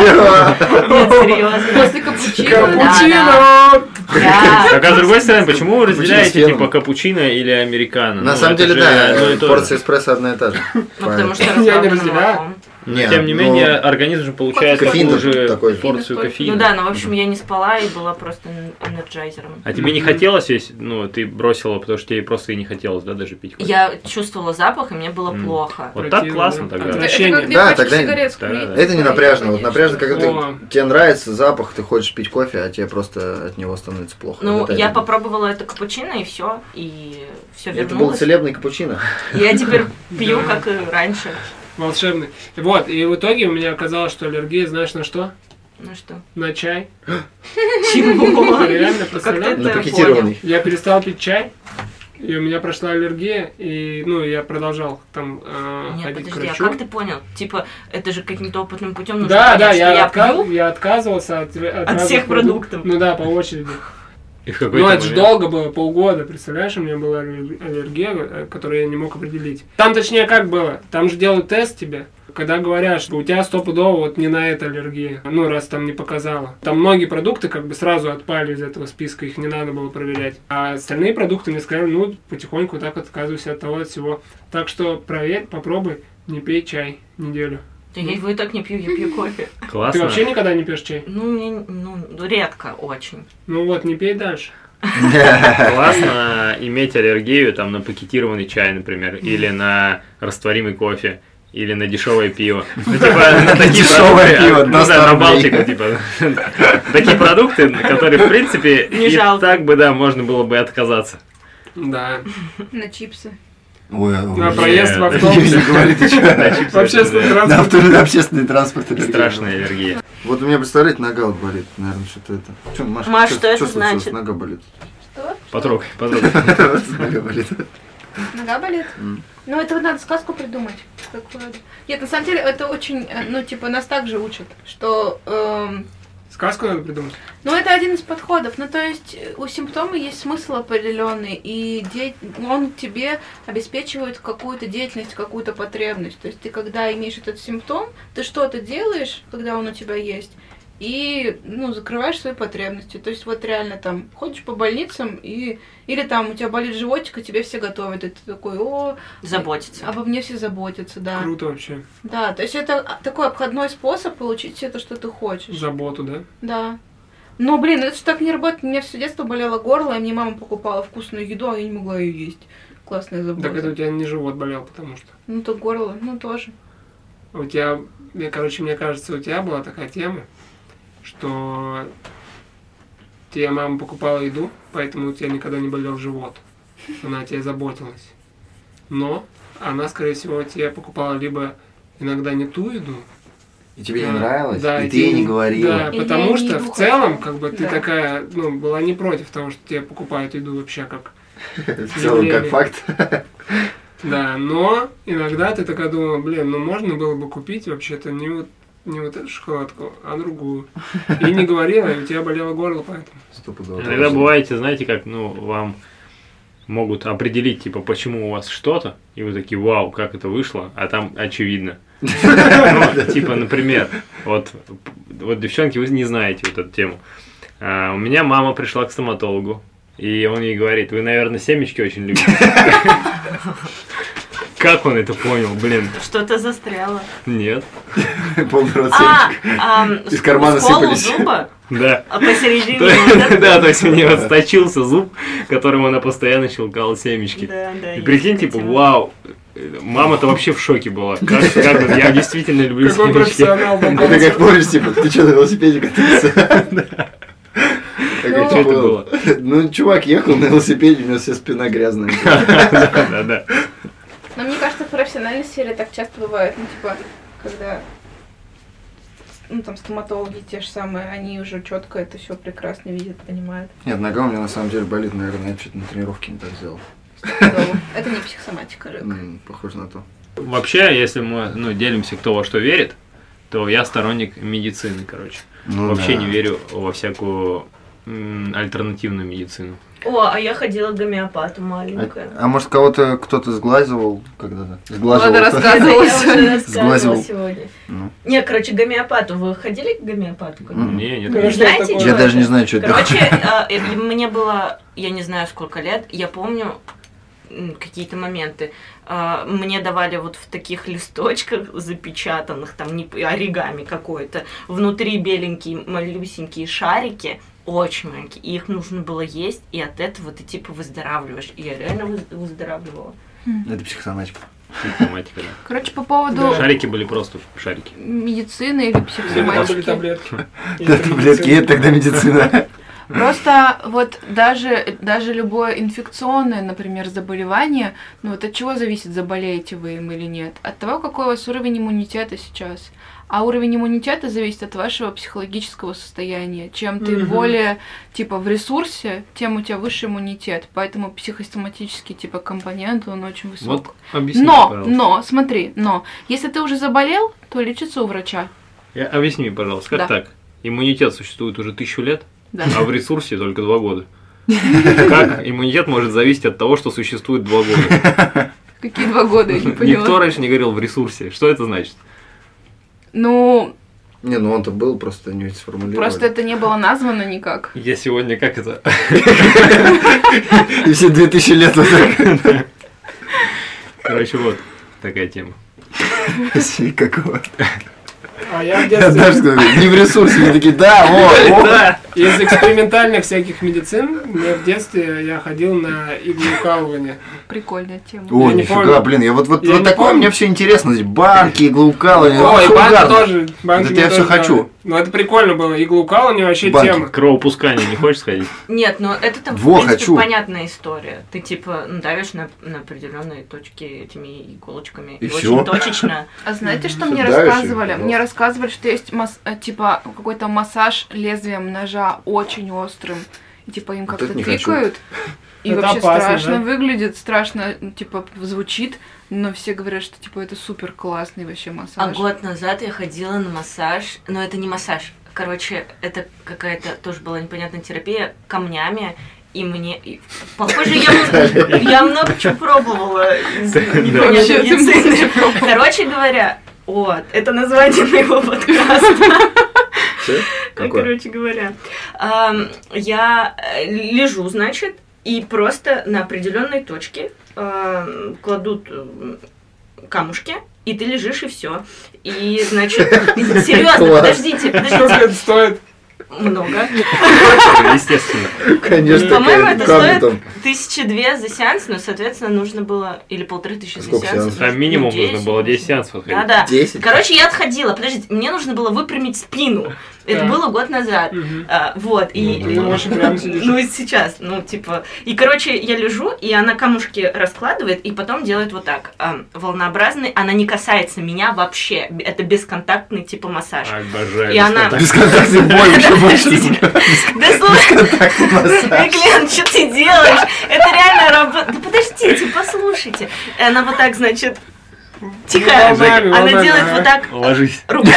Speaker 2: Нет, серьезно.
Speaker 5: После капучино.
Speaker 1: Капучино!
Speaker 2: Да.
Speaker 3: Так, а с другой стороны, почему вы
Speaker 4: Капучино с
Speaker 3: разделяете,
Speaker 4: феном.
Speaker 3: типа, капучино или американо?
Speaker 4: На
Speaker 3: Ну,
Speaker 4: самом
Speaker 3: это
Speaker 4: деле,
Speaker 3: же одно
Speaker 4: да,
Speaker 3: и то же.
Speaker 4: порция эспрессо одна и та же.
Speaker 2: Ну, потому что
Speaker 1: Я не
Speaker 2: разбавлено
Speaker 1: разделяю.
Speaker 2: молоком.
Speaker 4: Не,
Speaker 3: Тем не
Speaker 4: ну,
Speaker 3: менее, организм же получает
Speaker 5: Кофеин
Speaker 3: такую
Speaker 4: такой,
Speaker 3: же
Speaker 4: такой.
Speaker 3: порцию
Speaker 5: Кофеин
Speaker 3: кофеина.
Speaker 2: Ну да, но, в общем, я не спала и была просто эн- энерджайзером.
Speaker 3: А тебе не
Speaker 1: Мгм.
Speaker 3: хотелось, если, ну, ты бросила, потому что тебе просто и не хотелось, да, даже пить кофе?
Speaker 2: Я чувствовала запах, и мне было
Speaker 3: М.
Speaker 2: плохо.
Speaker 3: Вот так классно
Speaker 1: Противно.
Speaker 3: тогда.
Speaker 5: Это- это
Speaker 1: Отвращение.
Speaker 5: как две
Speaker 4: Да,
Speaker 5: пачки
Speaker 4: тогда-
Speaker 5: сигарет
Speaker 3: да,
Speaker 5: скурить.
Speaker 3: да.
Speaker 4: Это не напряжно. Вот
Speaker 5: Конечно.
Speaker 4: напряжно, когда
Speaker 1: О.
Speaker 4: ты, тебе нравится запах, ты хочешь пить кофе, а тебе просто от него становится плохо.
Speaker 2: Ну,
Speaker 4: Вот это
Speaker 2: я
Speaker 4: обидно.
Speaker 2: попробовала это капучино, и все. И все
Speaker 4: Это был
Speaker 2: вернулось.
Speaker 4: целебный капучино.
Speaker 2: Я теперь пью,
Speaker 1: Да.
Speaker 2: как и раньше.
Speaker 1: волшебный. Вот, и в итоге у меня оказалось, что аллергия, знаешь, на что?
Speaker 2: Ну что?
Speaker 1: На чай.
Speaker 2: Чего?
Speaker 1: Реально, представляешь?
Speaker 2: Как
Speaker 4: На
Speaker 2: Это
Speaker 4: пакетированный.
Speaker 1: Я перестал пить чай, и у меня прошла аллергия, и, ну, я продолжал там э,
Speaker 2: Нет,
Speaker 1: ходить к
Speaker 2: подожди, а
Speaker 1: врачу.
Speaker 2: как ты понял? Типа, это же каким-то опытным путем нужно
Speaker 1: Да,
Speaker 2: понять,
Speaker 1: да,
Speaker 2: что
Speaker 1: я,
Speaker 2: я
Speaker 1: отка-
Speaker 2: пью.
Speaker 1: я отказывался от,
Speaker 2: От всех продуктов.
Speaker 1: Ну да, по очереди.
Speaker 3: И в
Speaker 1: Ну,
Speaker 3: какой-то
Speaker 1: это же
Speaker 3: момент-
Speaker 1: долго было, полгода, представляешь, у меня была аллер- аллергия, э, которую я не мог определить. Там, точнее, как было, там же делают тест тебе, когда говорят, что у тебя стопудово вот не на это аллергия, ну, раз там не показало. Там многие продукты как бы сразу отпали из этого списка, их не надо было проверять. А остальные продукты мне сказали, ну, потихоньку так отказывайся от того, от всего. Так что проверь, попробуй, не пей чай неделю.
Speaker 2: Да я его и так не пью, я пью кофе.
Speaker 3: Классно.
Speaker 1: Ты вообще никогда не пьешь чай?
Speaker 2: Ну, мне, ну, редко очень.
Speaker 1: Ну вот, не пей дальше.
Speaker 3: Классно иметь аллергию там на пакетированный чай, например, или на растворимый кофе, или на дешевое пиво. Ну, типа, на такие
Speaker 6: Дешевое
Speaker 3: продукты,
Speaker 6: пиво,
Speaker 3: а,
Speaker 6: на
Speaker 3: ну,
Speaker 6: 100
Speaker 3: да, на
Speaker 6: рублей.
Speaker 3: Балтику, типа. Такие продукты, на которые, в принципе,
Speaker 2: Не
Speaker 3: и
Speaker 2: жалко.
Speaker 3: так бы, да, можно было бы и отказаться.
Speaker 1: Да.
Speaker 5: На чипсы.
Speaker 6: Ой,
Speaker 1: На
Speaker 6: ой.
Speaker 1: проезд в
Speaker 3: Нет.
Speaker 1: автобусе.
Speaker 6: Говори, ты чё?
Speaker 3: Да, чипсы,
Speaker 1: В общественном
Speaker 3: да.
Speaker 6: На
Speaker 1: транспорте.
Speaker 6: авто- на общественный транспорт. или-
Speaker 3: Страшная аллергия.
Speaker 6: Вот у меня, представляете, нога вот болит, наверное, что-то это. Чё, Маша,
Speaker 2: Маш, что это
Speaker 6: случилось?
Speaker 2: значит?
Speaker 6: Нога болит.
Speaker 3: Потрогай, потрогай.
Speaker 6: Нога болит.
Speaker 5: Нога болит?
Speaker 6: М.
Speaker 5: Ну, это вот надо сказку придумать. какую-то. Нет, на самом деле это очень, э, ну, типа, нас также учат, что... эм,
Speaker 1: Сказку надо придумать.
Speaker 5: ну, это один из подходов. Ну, то есть э, у симптома есть смысл определенный, и де- он тебе обеспечивает какую-то деятельность, какую-то потребность. То есть ты, когда имеешь этот симптом, ты что-то делаешь, когда он у тебя есть, и, ну, закрываешь свои потребности. То есть вот реально там ходишь по больницам, и или там у тебя болит животик, и тебе все готовят, и ты такой, о,
Speaker 2: Заботиться.
Speaker 5: Обо мне все заботятся, да.
Speaker 1: Круто вообще.
Speaker 5: Да, то есть это а, такой обходной способ получить все то, что ты хочешь.
Speaker 1: Заботу, да?
Speaker 5: Да. Но, блин, это же так не работает. У меня все детство болело горло, и мне мама покупала вкусную еду, а я не могла ее есть. Классная забота.
Speaker 1: Так это у тебя не живот болел, потому что.
Speaker 5: Ну, то горло, ну, тоже.
Speaker 1: У тебя, мне, короче, мне кажется, у тебя была такая тема, что тебе мама покупала еду, поэтому у тебя никогда не болел живот. Она о тебе заботилась. Но она, скорее всего, тебе покупала либо иногда не ту еду,
Speaker 6: И тебе не
Speaker 1: Да.
Speaker 6: нравилось?
Speaker 1: Да,
Speaker 6: И
Speaker 1: и
Speaker 6: ты ей
Speaker 1: ты-
Speaker 6: не говорила?
Speaker 1: Да,
Speaker 5: Или
Speaker 1: потому
Speaker 5: они
Speaker 1: что
Speaker 5: иду
Speaker 1: в
Speaker 5: хотят.
Speaker 1: целом, как бы, ты
Speaker 5: Да.
Speaker 1: такая, ну, была не против того, что тебе покупают еду вообще как.
Speaker 6: В целом, как
Speaker 1: Явление.
Speaker 6: факт.
Speaker 1: Да, но иногда ты такая думала, блин, ну можно было бы купить вообще-то не вот не вот эту шоколадку, а другую. И не говорила, и у тебя болело горло поэтому.
Speaker 6: Стопудово.
Speaker 3: Иногда бываете, знаете, как, ну, вам могут определить, типа, почему у вас что-то, и вы такие, вау, как это вышло, а там очевидно. Ну, Типа, например, вот, вот, девчонки, вы не знаете вот эту тему. А, У меня мама пришла к стоматологу, и он ей говорит, вы, наверное, семечки очень любите. Как он это понял, блин?
Speaker 2: Что-то застряло.
Speaker 3: Нет.
Speaker 6: Полный рот
Speaker 2: А,
Speaker 6: семечек.
Speaker 2: ам,
Speaker 6: Из
Speaker 2: ск-
Speaker 6: кармана
Speaker 2: сколу
Speaker 6: сыпались.
Speaker 2: зуба,
Speaker 3: Да.
Speaker 2: а посередине
Speaker 3: То
Speaker 2: вот
Speaker 3: есть-
Speaker 2: это-
Speaker 3: Да, то есть у нее сточился зуб, которым она постоянно щелкала семечки.
Speaker 2: Да, да.
Speaker 3: И
Speaker 2: есть
Speaker 3: прикинь, типа,
Speaker 2: такая
Speaker 3: вау, э, мама-то вообще в шоке была. Как, как это? я действительно люблю
Speaker 1: Какой
Speaker 3: семечки.
Speaker 1: профессионал был.
Speaker 6: Это как помнишь, типа, ты что, на велосипеде катался? Я говорю,
Speaker 5: Ну,
Speaker 3: Что это
Speaker 6: «Понял».
Speaker 3: было?
Speaker 6: Ну, чувак ехал на велосипеде, у него вся спина грязная.
Speaker 3: Да-да-да.
Speaker 5: Но мне кажется, в профессиональной сфере так часто бывает, ну, типа, когда ну, там, стоматологи те же самые, они уже четко это все прекрасно видят, понимают.
Speaker 6: Нет, нога у меня на самом деле болит, наверное, я что-то на тренировке не так сделал.
Speaker 5: Это не психосоматика, Жек.
Speaker 6: М, Похоже на то.
Speaker 3: Вообще, если мы ну, делимся, кто во что верит, то я сторонник медицины, короче.
Speaker 6: Ну
Speaker 3: Вообще
Speaker 6: да.
Speaker 3: не верю во всякую м, альтернативную медицину.
Speaker 2: О, а я ходила к гомеопату
Speaker 3: Ну
Speaker 6: А,
Speaker 2: маленькая.
Speaker 6: а может, кого-то кто-то сглазивал когда-то? Сглазивал.
Speaker 5: Ладно,
Speaker 6: кто-то?
Speaker 2: Это я
Speaker 5: рассказывала.
Speaker 2: уже рассказывала
Speaker 6: А, Сглазил.
Speaker 2: сегодня.
Speaker 6: Ну.
Speaker 2: Не, короче, к гомеопату. Вы ходили к гомеопату?
Speaker 6: Мгм.
Speaker 3: Не, нет.
Speaker 1: Конечно.
Speaker 2: Знаете,
Speaker 1: такое?
Speaker 6: Я
Speaker 2: чё
Speaker 6: даже не
Speaker 2: это?
Speaker 6: знаю, что это.
Speaker 2: Короче, а, э, мне было, я не знаю сколько лет, я помню м, какие-то моменты. А, Мне давали вот в таких листочках запечатанных, там не п- оригами какой-то, внутри беленькие малюсенькие шарики, очень маленькие, и их нужно было есть, и от этого ты типа выздоравливаешь. И я реально выз- выздоравливала.
Speaker 6: Это психосоматика.
Speaker 3: Симптоматика, да.
Speaker 5: Хм. Короче, по поводу
Speaker 1: Да.
Speaker 3: Шарики были просто шарики.
Speaker 5: медицины или
Speaker 1: Всегда были
Speaker 5: психосоматики.
Speaker 1: таблетки.
Speaker 6: Да, таблетки, это тогда медицина.
Speaker 5: Просто вот даже, даже любое инфекционное, например, заболевание, ну вот от чего зависит, заболеете вы им или нет? От того, какой у вас уровень иммунитета сейчас. А уровень иммунитета зависит от вашего психологического состояния. Чем ты
Speaker 1: Мгм.
Speaker 5: более, типа, в ресурсе, тем у тебя выше иммунитет. Поэтому психосоматический, типа, компонент, он очень высок.
Speaker 3: Вот объясни,
Speaker 5: но,
Speaker 3: пожалуйста.
Speaker 5: но, смотри, но, если ты уже заболел, то лечится у врача.
Speaker 3: Я- Объясни мне, пожалуйста, как
Speaker 5: Да.
Speaker 3: так? Иммунитет существует уже тысячу лет,
Speaker 5: Да.
Speaker 3: а в ресурсе только два года. Как иммунитет может зависеть от того, что существует два года?
Speaker 5: Какие два года, я не поняла.
Speaker 3: Никто раньше не говорил в ресурсе. Что это значит?
Speaker 5: Ну,
Speaker 7: Не, ну он-то был, просто не сформулировали.
Speaker 5: просто это не было названо никак.
Speaker 3: Я сегодня как это?
Speaker 7: И все 2000 лет вот так.
Speaker 3: Короче, вот такая тема.
Speaker 4: Си, Какого?
Speaker 1: А я в
Speaker 4: Я даже
Speaker 1: детстве
Speaker 4: говорю, не в ресурсе, они такие, да, вот, вот.
Speaker 1: из экспериментальных всяких медицин, мне в детстве я ходил на иглоукалывание.
Speaker 5: Прикольная тема.
Speaker 4: О,
Speaker 1: Я не
Speaker 4: нифига,
Speaker 1: помню.
Speaker 4: блин, я вот, вот,
Speaker 1: Я
Speaker 4: вот
Speaker 1: не
Speaker 4: такое
Speaker 1: помню.
Speaker 4: мне все интересно. здесь Банки, иглоукалы.
Speaker 1: О, и
Speaker 4: ну,
Speaker 1: банки
Speaker 4: угарно.
Speaker 1: тоже. банки
Speaker 4: Это
Speaker 1: мне
Speaker 4: я всё
Speaker 1: тоже
Speaker 4: хочу.
Speaker 1: нравятся. Ну, это прикольно было. Иглоукалывание вообще
Speaker 4: Банки.
Speaker 1: тема.
Speaker 3: Кровопускание не хочешь сходить?
Speaker 2: Нет, ну это там, в
Speaker 4: Во,
Speaker 2: принципе,
Speaker 4: хочу.
Speaker 2: понятная история. Ты типа ну, давишь на, на определенные точки этими иголочками.
Speaker 4: И
Speaker 2: очень
Speaker 4: всё.
Speaker 2: точечно.
Speaker 5: А знаете, что
Speaker 4: Всё
Speaker 5: мне
Speaker 4: давишь их,
Speaker 5: рассказывали?
Speaker 4: пожалуйста.
Speaker 5: Мне рассказывали, что есть масс- э, типа какой-то массаж лезвием ножа очень острым. И, типа им
Speaker 4: Вот
Speaker 5: как-то
Speaker 4: это не хочу.
Speaker 5: тыкают. И
Speaker 1: Это
Speaker 5: вообще
Speaker 1: опасно,
Speaker 5: страшно
Speaker 1: да?
Speaker 5: выглядит, страшно, ну, типа, звучит, но все говорят, что типа это супер классный вообще
Speaker 2: А
Speaker 5: массаж.
Speaker 2: год назад я ходила на массаж, но это не массаж. Короче, это какая-то тоже была непонятная терапия камнями. И мне... и- Похоже, я, м- я много чего пробовала из непонятной
Speaker 5: Вообще, ты много
Speaker 2: медицины.
Speaker 5: чего пробовала.
Speaker 2: Короче говоря, вот, это название моего подкаста. Ну,
Speaker 7: Чё? Какое?
Speaker 2: Короче говоря, Ам, я э, лежу, значит, и просто на определенной точке ам, кладут м, камушки, и ты лежишь, и все. И, значит, серьезно,
Speaker 7: Класс.
Speaker 2: подождите,
Speaker 1: Сколько
Speaker 2: подождите,
Speaker 1: это стоит?
Speaker 2: много.
Speaker 3: Естественно.
Speaker 7: Конечно,
Speaker 2: По-моему,
Speaker 7: какая-то
Speaker 2: это
Speaker 7: камни
Speaker 2: стоит
Speaker 7: там.
Speaker 2: Тысячи две за сеанс, но, соответственно, нужно было или полторы тысячи за
Speaker 7: Сколько
Speaker 2: сеанс.
Speaker 7: сеансов?
Speaker 3: А минимум нужно было 10 сеансов
Speaker 2: Да,
Speaker 3: ходить.
Speaker 2: да.
Speaker 7: 10.
Speaker 2: Короче, я отходила. Подождите, мне нужно было выпрямить спину. Это
Speaker 1: Так.
Speaker 2: было год назад.
Speaker 1: Мгм.
Speaker 2: А, вот, и...
Speaker 1: Ну, ну, очень прям сидишь.
Speaker 2: Ну, и сейчас, ну, типа... И, короче, я лежу, и она камушки раскладывает, и потом делает вот так. а, волнообразный, она не касается меня вообще. Это бесконтактный, типа, массаж.
Speaker 3: А, Обожаю.
Speaker 2: И она-
Speaker 4: Бесконтактный бой вообще больше.
Speaker 2: Да слушай, Клен, что ты делаешь? Это реально работа. Да подождите, послушайте. И Она вот так, значит... Тихо,
Speaker 1: волнами,
Speaker 2: она
Speaker 1: волнами,
Speaker 2: делает
Speaker 1: ага.
Speaker 2: вот так
Speaker 3: Ложись.
Speaker 2: руками.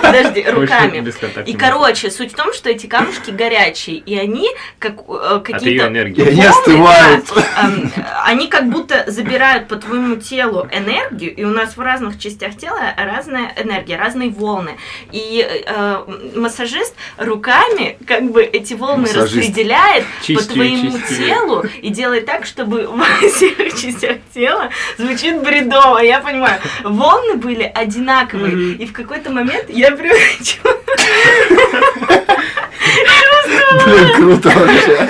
Speaker 2: Подожди, руками.
Speaker 3: Хочешь бесконтактный
Speaker 2: И,
Speaker 3: мозг?
Speaker 2: короче, суть в том, что эти камушки горячие, и они как э,
Speaker 3: От ее
Speaker 2: какие-то...
Speaker 3: энергии.
Speaker 4: Я А не
Speaker 2: волны,
Speaker 4: остывают.
Speaker 2: да, эм, Они как будто забирают по твоему телу энергию, и у нас в разных частях тела разная энергия, разные волны. И э, э, массажист руками как бы эти волны
Speaker 4: Массажист.
Speaker 2: распределяет
Speaker 3: Чистили,
Speaker 2: по твоему
Speaker 3: чистили.
Speaker 2: телу и делает так, чтобы во всех частях тела звучит бредово, я понимаю. Волны были одинаковые,
Speaker 1: Мгм.
Speaker 2: и в какой-то момент я превратилась
Speaker 4: Блин, круто вообще.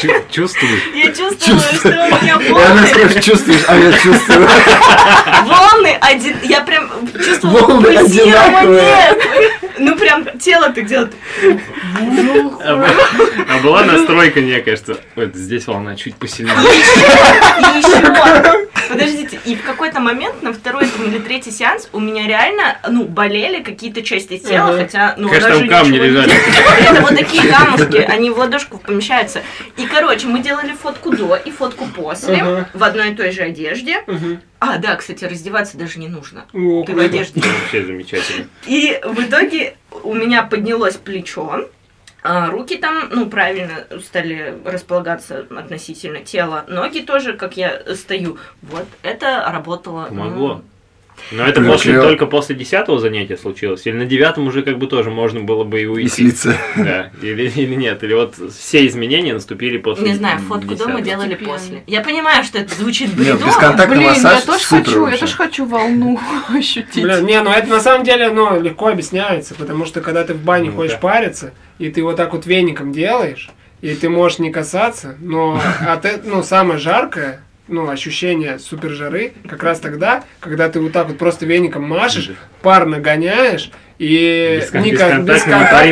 Speaker 3: Чу- Чувствую.
Speaker 2: Я чувствовала, что у меня
Speaker 4: И она
Speaker 2: волны,
Speaker 4: спрашивает, чувствуешь? А я чувствую.
Speaker 2: волны один, я прям чувствовала
Speaker 4: Волны
Speaker 2: пульсирование. Ну прям тело так делает.
Speaker 3: А бы- а была настройка некая, что вот здесь волна чуть посильнее.
Speaker 2: И еще, подождите, и в какой-то момент на второй там, или третий сеанс у меня реально, ну, болели какие-то части тела,
Speaker 1: Ага.
Speaker 2: хотя, ну,
Speaker 3: Конечно, там
Speaker 2: даже
Speaker 3: камни
Speaker 2: ничего не
Speaker 3: лежали.
Speaker 2: делала. Это вот такие камушки, они в ладошку помещаются. И, короче, мы делали фотку до и фотку после
Speaker 1: Ага.
Speaker 2: в одной и той же одежде.
Speaker 1: Мгм.
Speaker 2: А, да, кстати, раздеваться даже не нужно.
Speaker 1: О,
Speaker 2: Ты в
Speaker 1: круто.
Speaker 2: одежде.
Speaker 3: Вообще замечательно.
Speaker 2: И в итоге у меня поднялось плечо, а, руки там, ну, правильно стали располагаться относительно тела, ноги тоже, как я стою. Вот это работало. ну,
Speaker 3: Помогло. Но это
Speaker 4: Блин,
Speaker 3: после,
Speaker 4: клево.
Speaker 3: только после десятого занятия случилось. Или на девятом уже как бы тоже можно было бы и
Speaker 4: И
Speaker 3: уйти.
Speaker 4: слиться.
Speaker 3: Да. Или, или нет. Или вот все изменения наступили после
Speaker 2: Не знаю, фотку дома
Speaker 3: десятого.
Speaker 2: делали
Speaker 5: Постепенно.
Speaker 2: после. Я понимаю, что это звучит
Speaker 4: Нет,
Speaker 2: бредово.
Speaker 4: бесконтактный
Speaker 5: Блин, я
Speaker 4: массаж
Speaker 5: тоже
Speaker 4: супер
Speaker 5: хочу, я
Speaker 4: вообще.
Speaker 5: тоже хочу волну ощутить.
Speaker 1: Бля, не, ну это на самом деле, ну, легко объясняется, потому что когда ты в бане
Speaker 3: Ну
Speaker 1: хочешь
Speaker 3: да.
Speaker 1: париться, и ты вот так вот веником делаешь, и ты можешь не касаться, но от э- ну, самое жаркое ну, ощущение супер жары как раз тогда, когда ты вот так вот просто веником машешь, пар нагоняешь, и
Speaker 3: Бескон-
Speaker 1: не как-
Speaker 3: бесконтактная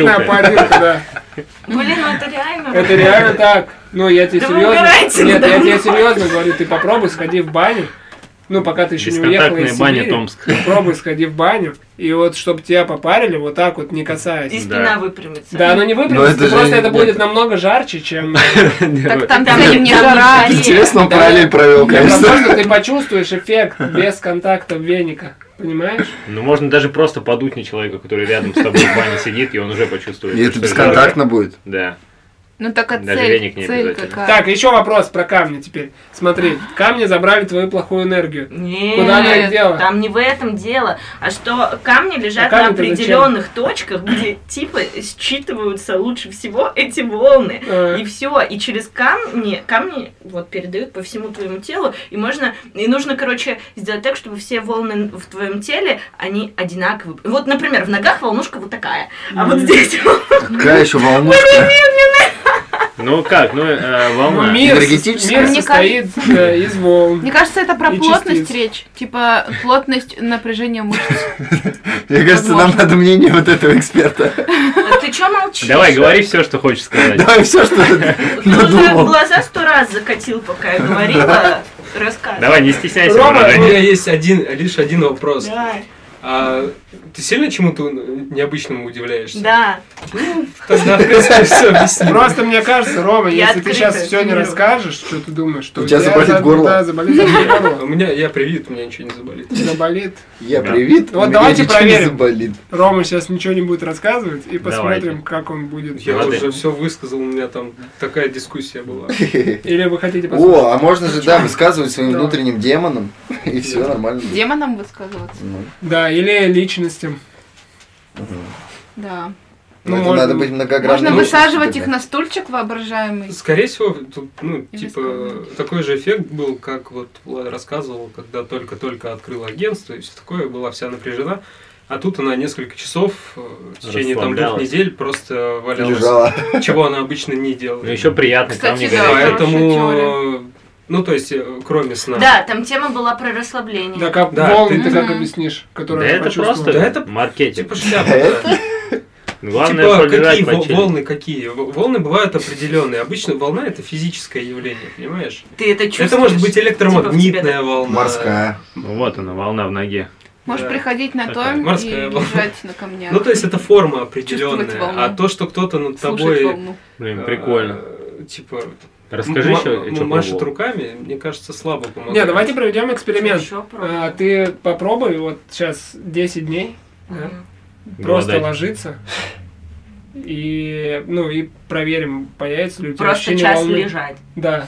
Speaker 1: бесконтактная
Speaker 3: парилка.
Speaker 1: парилка, да.
Speaker 2: Блин, ну это реально.
Speaker 1: Это реально так. Ну, я тебе
Speaker 2: Да вы
Speaker 1: серьезно.
Speaker 2: угораете
Speaker 1: Нет,
Speaker 2: надо
Speaker 1: я тебе
Speaker 2: мной.
Speaker 1: серьезно говорю, ты попробуй сходи в баню. Ну, пока ты еще не уехала
Speaker 3: Бесконтактная
Speaker 1: из
Speaker 3: баня
Speaker 1: Сибири.
Speaker 3: Томск.
Speaker 1: Попробуй сходи в баню. И вот, чтобы тебя попарили, вот так вот, не
Speaker 2: И
Speaker 1: касаясь.
Speaker 2: спина выпрямится.
Speaker 1: Да, оно не
Speaker 4: Но
Speaker 1: выпрямится,
Speaker 4: это же
Speaker 1: просто это
Speaker 4: нет. Ну,
Speaker 1: будет намного жарче, чем...
Speaker 5: Так там
Speaker 2: Там
Speaker 5: тебе
Speaker 2: не
Speaker 5: не
Speaker 2: там
Speaker 5: жара.
Speaker 2: не
Speaker 4: Интересно, он
Speaker 1: Да.
Speaker 4: параллель провел, конечно.
Speaker 1: Потому что ты почувствуешь эффект без контакта веника. Понимаешь?
Speaker 3: Ну, можно даже просто подуть на человека, который рядом с тобой в бане сидит, и он уже почувствует.
Speaker 4: И это
Speaker 3: что
Speaker 4: бесконтактно будет.
Speaker 3: Да.
Speaker 5: Ну так а
Speaker 3: Даже
Speaker 5: цель,
Speaker 3: веник не
Speaker 5: цель
Speaker 3: обязательно.
Speaker 5: какая?
Speaker 1: Так, еще вопрос про камни теперь. Смотри, камни забрали твою плохую энергию.
Speaker 2: Нет,
Speaker 1: Куда она их дело?
Speaker 2: там не в этом дело, а что камни лежат
Speaker 1: А
Speaker 2: на
Speaker 1: камни-то зачем?
Speaker 2: определенных точках, где типа считываются лучше всего эти волны.
Speaker 1: Э,
Speaker 2: И все, и через камни, камни вот передают по всему твоему телу, и можно, и нужно, короче, сделать так, чтобы все волны в твоем теле, они одинаковые. Вот, например, в ногах волнушка вот такая, а вот здесь
Speaker 4: Какая еще волнушка?
Speaker 3: Ну как, ну э, волна.
Speaker 1: Мир,
Speaker 4: энергетически.
Speaker 1: мир
Speaker 5: Мне
Speaker 1: состоит э, из волн.
Speaker 5: Мне кажется, это про
Speaker 1: И
Speaker 5: плотность
Speaker 1: частиц.
Speaker 5: речь. Типа плотность напряжения мышц.
Speaker 4: Мне кажется, нам
Speaker 5: Возможно.
Speaker 4: надо мнение вот этого эксперта.
Speaker 2: вот. А Ты че молчишь?
Speaker 3: Давай, говори все, что хочешь сказать.
Speaker 4: Давай все, что ты
Speaker 2: Ты уже
Speaker 4: надумал.
Speaker 2: глаза сто раз закатил, пока я говорила. Рассказывай.
Speaker 3: Давай, не стесняйся.
Speaker 1: Рома,
Speaker 8: У
Speaker 3: выражай.
Speaker 8: меня есть один, лишь один вопрос.
Speaker 2: Давай.
Speaker 8: А, ты сильно чему-то необычному удивляешься?
Speaker 2: Да.
Speaker 8: Тогда, в принципе, все объяснил.
Speaker 1: Просто мне кажется, Рома,
Speaker 2: Я
Speaker 1: если ты
Speaker 2: открыта
Speaker 1: сейчас все не
Speaker 2: миру.
Speaker 1: расскажешь, что ты думаешь, что
Speaker 4: У тебя заболит
Speaker 1: за-
Speaker 4: горло.
Speaker 1: да, заболит
Speaker 8: У
Speaker 1: горло.
Speaker 8: меня, я привит, у меня ничего не заболит.
Speaker 1: Заболит.
Speaker 4: Я
Speaker 3: Да.
Speaker 4: привит,
Speaker 1: Ну вот
Speaker 4: у меня
Speaker 1: давайте
Speaker 4: ничего не
Speaker 1: проверим.
Speaker 4: заболит.
Speaker 1: Рома сейчас ничего не будет рассказывать, и посмотрим,
Speaker 3: Давайте.
Speaker 1: как он будет.
Speaker 8: Я
Speaker 3: Воды.
Speaker 8: уже все высказал, у меня там такая дискуссия была.
Speaker 1: Или вы хотите посмотреть?
Speaker 4: О, а можно же, да, высказывать своим
Speaker 1: Да.
Speaker 4: внутренним демонам, и все
Speaker 8: Да.
Speaker 4: нормально. будет.
Speaker 5: Демонам высказываться.
Speaker 4: Ну,
Speaker 1: Да, или личностям.
Speaker 5: Да.
Speaker 1: Ну,
Speaker 4: ну, это
Speaker 1: можно.
Speaker 4: надо быть многогранным.
Speaker 5: Можно
Speaker 4: личностью
Speaker 5: высаживать их
Speaker 4: тогда.
Speaker 5: на стульчик воображаемый.
Speaker 8: Скорее всего, тут, ну,
Speaker 5: Или
Speaker 8: типа,
Speaker 5: скандал.
Speaker 8: такой же эффект был, как вот Влад рассказывал, когда только-только открыла агентство и все такое, была вся напряжена. А тут она несколько часов э, в течение там двух
Speaker 3: Расслаблялась.
Speaker 8: недель просто валялась,
Speaker 4: Лежала.
Speaker 8: чего она обычно не
Speaker 3: Ну
Speaker 8: делает.
Speaker 3: еще приятно,
Speaker 5: Кстати,
Speaker 3: камни
Speaker 5: да.
Speaker 3: горят.
Speaker 5: хорошая
Speaker 8: Поэтому,
Speaker 5: теория.
Speaker 8: ну, то есть, э, кроме сна.
Speaker 2: Да, там тема была про расслабление.
Speaker 1: Да, как
Speaker 8: Да,
Speaker 1: волны ты
Speaker 5: ты-
Speaker 1: как
Speaker 5: Мгм.
Speaker 1: объяснишь,
Speaker 3: Да
Speaker 1: которые
Speaker 3: это просто
Speaker 8: Да это
Speaker 3: маркетинг.
Speaker 8: Типа шляпа. да.
Speaker 3: Главное
Speaker 8: Типа,
Speaker 3: пробежать
Speaker 8: какие
Speaker 3: по
Speaker 8: во-
Speaker 3: челюсти.
Speaker 8: волны какие? В- Волны бывают определенные. Обычно волна это физическое явление, понимаешь?
Speaker 2: Ты это чувствуешь.
Speaker 8: Это может быть
Speaker 2: Типа в тебе,
Speaker 8: электромагнитная волна.
Speaker 4: Морская.
Speaker 3: Ну, Вот она, волна в ноге.
Speaker 5: Можешь
Speaker 8: Да.
Speaker 5: приходить на
Speaker 3: Такая
Speaker 5: том и
Speaker 8: морская волна.
Speaker 5: лежать на камнях.
Speaker 8: Ну, то есть это форма
Speaker 5: Чувствовать волну.
Speaker 8: определенная. А то, что кто-то над
Speaker 5: Слушать
Speaker 8: тобой
Speaker 5: волну.
Speaker 3: Блин, прикольно.
Speaker 8: э, Типа,
Speaker 3: Расскажи
Speaker 8: м-
Speaker 3: еще,
Speaker 8: м-
Speaker 3: что
Speaker 8: машет руками, мне кажется, слабо помогает.
Speaker 1: Не, давайте проведем эксперимент.
Speaker 2: Ещё про-
Speaker 1: А, ты попробуй вот сейчас 10 дней да,
Speaker 2: Мгм.
Speaker 1: просто
Speaker 3: Голодать.
Speaker 1: ложиться. И, ну, и проверим, появится ли у тебя
Speaker 2: Просто
Speaker 1: ощущение
Speaker 2: час
Speaker 1: волны.
Speaker 2: лежать.
Speaker 1: Да.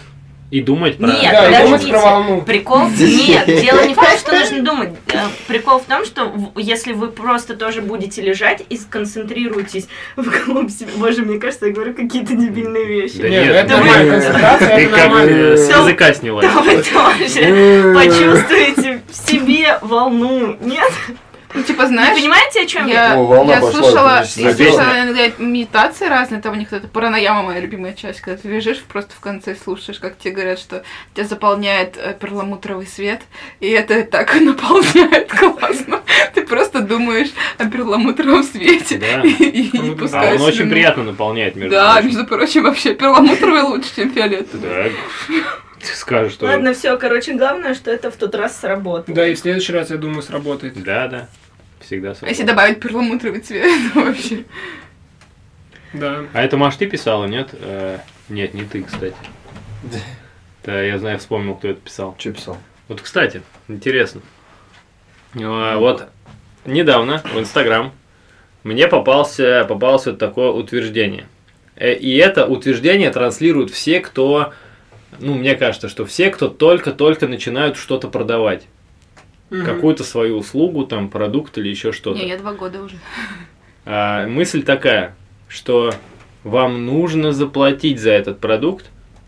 Speaker 3: И думать про...
Speaker 2: Нет,
Speaker 1: да, и думать
Speaker 2: подождите.
Speaker 1: про волну.
Speaker 2: Прикол? Нет, дело не в том, что нужно думать. Э, Прикол в том, что в- если вы просто тоже будете лежать и сконцентрируетесь в голову себе. Боже, мне кажется, я говорю какие-то дебильные вещи.
Speaker 3: Да
Speaker 1: Не, ну
Speaker 3: нет,
Speaker 1: это
Speaker 3: ты-
Speaker 1: нормальная
Speaker 4: ты-
Speaker 1: концентрация,
Speaker 3: Ты
Speaker 1: это
Speaker 3: как
Speaker 1: нормально.
Speaker 3: э, с
Speaker 2: Всё.
Speaker 3: языка сняла.
Speaker 2: Да вы тоже почувствуете в себе волну. Нет?
Speaker 5: Ну, типа,
Speaker 2: Не
Speaker 5: знаешь,
Speaker 2: понимаете, о чем я?
Speaker 5: я,
Speaker 4: О, волна
Speaker 5: я
Speaker 4: пошла,
Speaker 5: слушала,
Speaker 4: это же
Speaker 5: я
Speaker 3: запись.
Speaker 5: слушала иногда медитации разные, там у них это паранаяма моя любимая часть, когда ты лежишь просто в конце слушаешь, как тебе говорят, что тебя заполняет э, перламутровый свет, и это так наполняет классно. Ты просто думаешь о перламутровом свете
Speaker 3: Да.
Speaker 5: и, и
Speaker 1: Круто.
Speaker 5: не
Speaker 3: А
Speaker 5: пускаешь
Speaker 3: он очень
Speaker 5: слюну.
Speaker 3: приятно наполняет, между
Speaker 5: Да,
Speaker 3: прочим.
Speaker 5: между прочим, вообще перламутровый лучше, чем фиолетовый.
Speaker 3: Да. Ты скажешь, что...
Speaker 2: Ладно, все, короче, главное, что это в тот раз сработало.
Speaker 1: Да, и в следующий раз, я думаю, сработает.
Speaker 3: Да, да. Всегда
Speaker 5: А Если
Speaker 3: сработает.
Speaker 5: добавить перламутровый цвет, то вообще.
Speaker 1: Да.
Speaker 3: А это, Маш, ты писала, нет? Э, Нет, не ты, кстати. Да, я знаю, вспомнил, кто это писал.
Speaker 4: Что писал?
Speaker 3: Вот, кстати, интересно. Э, Вот недавно в Инстаграм мне попался, попалось вот такое утверждение. Э, И это утверждение транслируют все, кто, ну, мне кажется, что все, кто только-только начинают что-то продавать.
Speaker 1: Мгм.
Speaker 3: Какую-то свою услугу, там, продукт или еще что-то.
Speaker 5: Не, я два года уже.
Speaker 3: А, мысль такая, что вам нужно заплатить за этот продукт,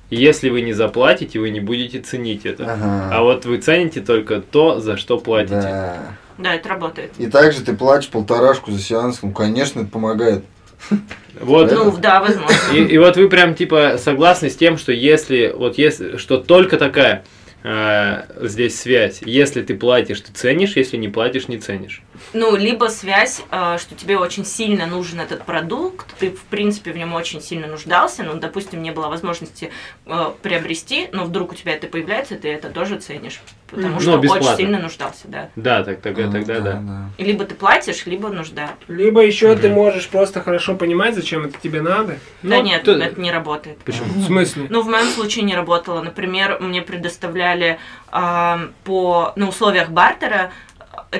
Speaker 3: и если вы не заплатите, вы не будете ценить это. А
Speaker 4: Ага.
Speaker 3: вот вы цените только то, за что платите.
Speaker 4: Да.
Speaker 2: Да, это работает.
Speaker 4: И также ты плачешь полторашку за сеанс. Ну, конечно, это помогает.
Speaker 3: Вот.
Speaker 2: Ну, да, возможно.
Speaker 3: И, и вот вы прям типа согласны с тем, что если вот если что только такая э, здесь связь. Если ты платишь, ты ценишь, если не платишь, не ценишь.
Speaker 2: Ну, либо связь, э, что тебе очень сильно нужен этот продукт, ты, в принципе, в нем очень сильно нуждался, но, допустим, не было возможности э, приобрести, но вдруг у тебя это появляется, ты это тоже ценишь, потому
Speaker 3: Ну,
Speaker 2: что
Speaker 3: бесплатно.
Speaker 2: очень сильно нуждался, да.
Speaker 3: Да, так, тогда,
Speaker 6: Ну,
Speaker 3: тогда да.
Speaker 2: И Либо ты платишь, либо нужда.
Speaker 1: Либо еще ты
Speaker 3: Мгм.
Speaker 1: можешь просто хорошо понимать, зачем это тебе надо.
Speaker 2: да
Speaker 3: Ну,
Speaker 2: нет,
Speaker 3: ты-
Speaker 2: это не работает.
Speaker 3: Почему?
Speaker 1: В смысле?
Speaker 2: Ну, в моем случае не работало. Например, мне предоставляли а, по на условиях бартера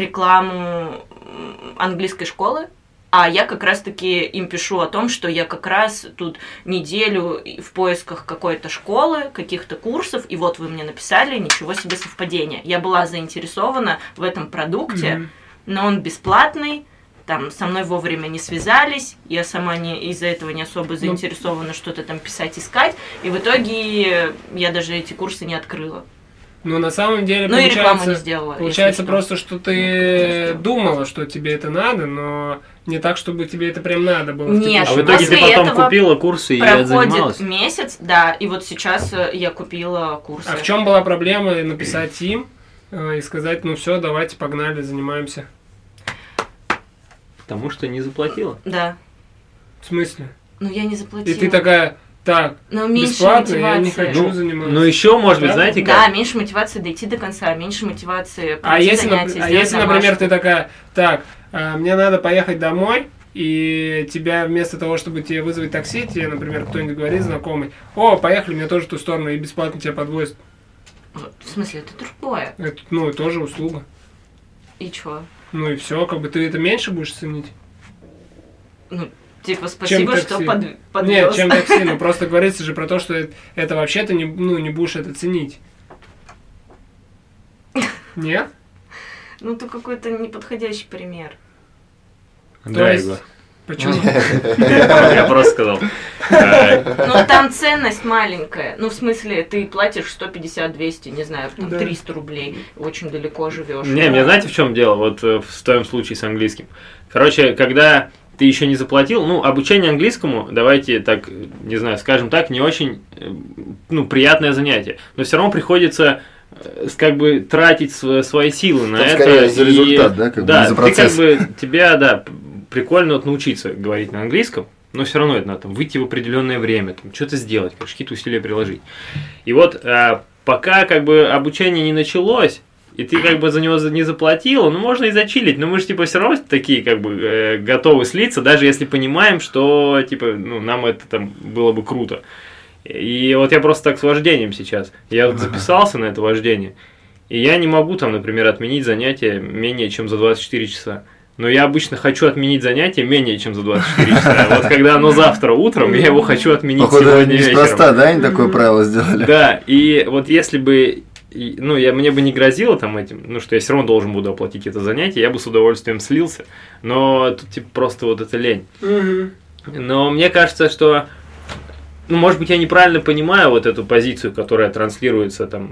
Speaker 2: рекламу м, английской школы. А я как раз-таки им пишу о том, что я как раз тут неделю и в поисках какой-то школы, каких-то курсов, и вот вы мне написали, ничего себе совпадение. Я была заинтересована в этом продукте,
Speaker 1: Мгм.
Speaker 2: но он бесплатный, там со мной вовремя не связались, я сама не из-за этого не
Speaker 1: Ну.
Speaker 2: особо заинтересована что-то там писать, искать, и в итоге я даже эти курсы не открыла.
Speaker 1: Ну, на самом деле,
Speaker 2: Ну и рекламу не
Speaker 1: получается,
Speaker 2: сделала. если
Speaker 1: получается
Speaker 2: что.
Speaker 1: просто, что
Speaker 2: конечно,
Speaker 1: ты
Speaker 2: что.
Speaker 1: думала, что тебе это надо, но не так, чтобы тебе это прям надо было. в
Speaker 2: Нет,
Speaker 3: А в
Speaker 1: текущем
Speaker 3: итоге ты
Speaker 2: после
Speaker 3: потом
Speaker 2: этого
Speaker 3: купила курсы и
Speaker 2: Проходит
Speaker 3: занималась?
Speaker 2: месяц, да, и вот сейчас э, я купила курсы.
Speaker 1: А в чем была проблема написать им э, и сказать, ну все, давайте погнали, занимаемся?
Speaker 3: Потому что не заплатила.
Speaker 2: Да.
Speaker 1: В смысле?
Speaker 2: Ну я не заплатила.
Speaker 1: И ты такая, так,
Speaker 2: Но меньше
Speaker 1: бесплатно, я не
Speaker 2: мотивации.
Speaker 1: хочу заниматься.
Speaker 3: Ну еще, может быть,
Speaker 1: Да?
Speaker 3: знаете
Speaker 2: да,
Speaker 3: как?
Speaker 2: меньше мотивации дойти до конца, меньше мотивации
Speaker 1: А
Speaker 2: пройти
Speaker 1: если, нап-
Speaker 2: занятия,
Speaker 1: а
Speaker 2: сделать
Speaker 1: если, например,
Speaker 2: домашку.
Speaker 1: ты такая, так, а, мне надо поехать домой, и тебя вместо того, чтобы тебе вызвать такси, тебе, например, кто-нибудь говорит, знакомый, о, поехали, мне тоже в ту сторону, и бесплатно тебя подвозят.
Speaker 2: В смысле, это другое.
Speaker 1: Это, ну, тоже услуга.
Speaker 2: И чё?
Speaker 1: Ну и все, как бы ты это меньше будешь ценить.
Speaker 2: Типа, спасибо, что
Speaker 1: такси?
Speaker 2: под, подвез.
Speaker 1: Нет, чем такси, ну просто говорится же про то, что это, это вообще ты не, ну, не будешь это ценить. Нет?
Speaker 2: Ну, ты какой-то неподходящий пример.
Speaker 1: То
Speaker 3: Да,
Speaker 1: есть-
Speaker 3: Егор.
Speaker 1: Почему?
Speaker 3: Я просто сказал. Э,
Speaker 2: Ну, там ценность маленькая. Ну, в смысле, ты платишь 150-200, не знаю, там,
Speaker 1: Да.
Speaker 2: 300 рублей. Очень далеко живешь.
Speaker 3: Не, мне знаете, в чем дело? Вот э, в твоем случае с английским. Короче, когда ты еще не заплатил, ну, обучение английскому, давайте так, э, не знаю, скажем так, не очень, э, ну, приятное занятие. Но все равно приходится э, с- как бы тратить св- свои силы на
Speaker 6: Там
Speaker 3: это.
Speaker 6: скорее за
Speaker 3: и-
Speaker 6: результат, да, как бы, не
Speaker 3: Да,
Speaker 6: за
Speaker 3: ты как
Speaker 6: процесс.
Speaker 3: бы, тебя, да, п- прикольно вот научиться говорить на английском, но все равно это надо там, выйти в определенное время, там, что-то сделать, короче, какие-то усилия приложить. И вот э, пока как бы обучение не началось, и ты как бы за него за- не заплатила, ну можно и зачилить, но мы же типа все равно такие как бы э, готовы слиться, даже если понимаем, что типа ну нам это там было бы круто. И вот я просто так с вождением сейчас. Я вот записался на это вождение, и я не могу там, например, отменить занятие менее чем за 24 часа. Но я обычно хочу отменить занятие менее чем за 24 часа. Вот когда оно завтра утром, я его хочу отменить
Speaker 6: Походу,
Speaker 3: сегодня вечером.
Speaker 6: неспроста, да, они такое правило сделали?
Speaker 3: Да, и вот если бы, и, ну, я, мне бы не грозило там этим, ну, что я все равно должен буду оплатить это занятие, я бы с удовольствием слился, но тут, типа, просто вот это лень.
Speaker 1: Мгм.
Speaker 3: Но мне кажется, что, ну, может быть, я неправильно понимаю вот эту позицию, которая транслируется там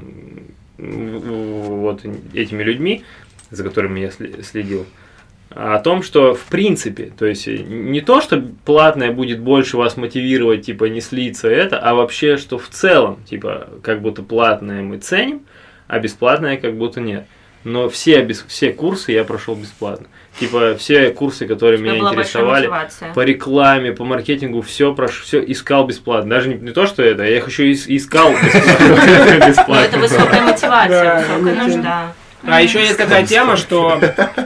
Speaker 3: м, в- вот этими людьми, за которыми я сли- следил, а о том, что в принципе, то есть э, не то, что платное будет больше вас мотивировать, типа не слиться это, а вообще, что в целом, типа, как будто платное мы ценим, а бесплатное как будто нет. Но все, бес- все курсы я прошел бесплатно. Типа все курсы,
Speaker 2: У
Speaker 3: которые
Speaker 2: тебя
Speaker 3: меня
Speaker 2: была большая
Speaker 3: интересовали,
Speaker 2: мотивация.
Speaker 3: по рекламе, по маркетингу, все прошу, все искал бесплатно. Даже не, не то, что это, я их еще и с- искал бесплатно.
Speaker 2: Ну, это высокая
Speaker 1: Да,
Speaker 2: мотивация,
Speaker 1: ну,
Speaker 2: высокая нужда.
Speaker 1: А еще есть такая тема, что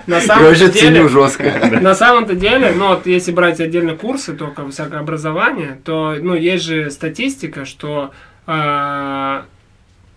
Speaker 1: на
Speaker 6: Я
Speaker 1: самом
Speaker 6: вообще
Speaker 1: деле
Speaker 6: ценю жестко.
Speaker 1: На самом-то деле, ну вот если брать отдельно курсы, только всякое образование, то ну есть же статистика, что а,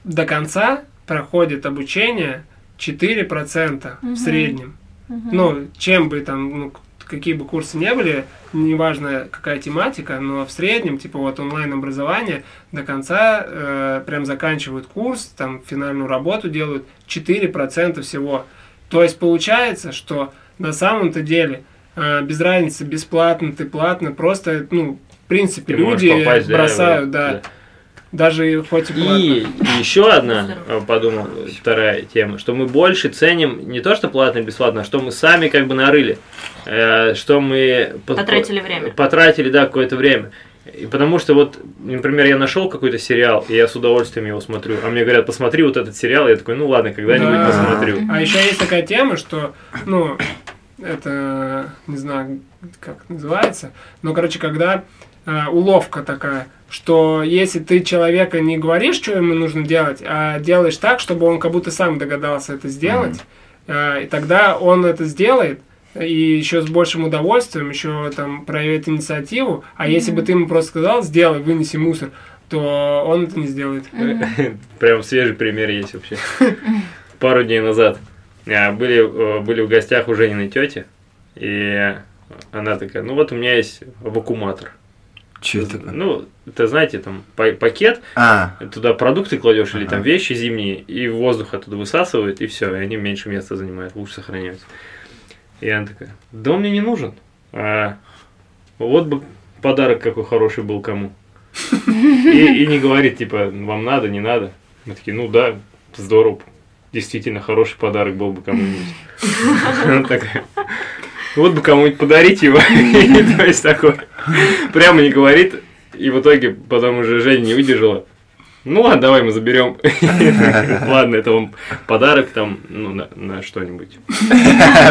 Speaker 1: до конца проходит обучение 4% в
Speaker 9: Мгм.
Speaker 1: среднем. Ну, чем бы там, ну, к- какие бы курсы не были, неважно какая тематика, но в среднем, типа вот онлайн-образование, до конца э, прям заканчивают курс, там финальную работу делают 4% всего. То есть получается, что на самом-то деле э, без разницы, бесплатно ты, платно, просто, ну, в принципе, люди бросают, да, даже хоть и платно.
Speaker 3: И еще одна, э, подумал, э, вторая тема, что мы больше ценим не то, что платно и бесплатно, а что мы сами как бы нарыли, э, что мы по-
Speaker 2: Потратили
Speaker 3: по-
Speaker 2: время.
Speaker 3: Потратили, да, какое-то время. И потому что вот, например, я нашел какой-то сериал, и я с удовольствием его смотрю, а мне говорят, посмотри вот этот сериал, я такой, ну ладно, когда-нибудь
Speaker 1: Да.
Speaker 3: посмотрю.
Speaker 1: А еще есть такая тема, что, ну, это, не знаю, как это называется, но, короче, когда э, уловка такая, что если ты человека не говоришь, что ему нужно делать, а делаешь так, чтобы он как будто сам догадался это сделать, э, и тогда он это сделает, и еще с большим удовольствием, еще там проявит инициативу, а если бы ты ему просто сказал, сделай, вынеси мусор, то он это не сделает.
Speaker 3: Прям свежий пример есть вообще. Пару дней назад а, были, э, были в гостях у Жениной тети, и она такая, ну вот у меня есть вакууматор.
Speaker 4: Че это? такое?
Speaker 3: Ну, это знаете, там па- пакет,
Speaker 4: А,
Speaker 3: туда продукты кладешь или там
Speaker 4: Ага.
Speaker 3: вещи зимние, и воздух оттуда высасывает, и все, и они меньше места занимают, лучше сохраняются. И она такая, да он мне не нужен. А, вот бы подарок какой хороший был кому. И, и не говорит, типа, вам надо, не надо. Мы такие, ну да, здорово. Действительно, хороший подарок был бы кому-нибудь. Она такая, вот бы кому-нибудь подарить его. И То есть такое. Прямо не говорит. И в итоге потом уже Женя не выдержала. Ну ладно, давай мы заберем. Ладно, это вам подарок там, ну, на, на что-нибудь.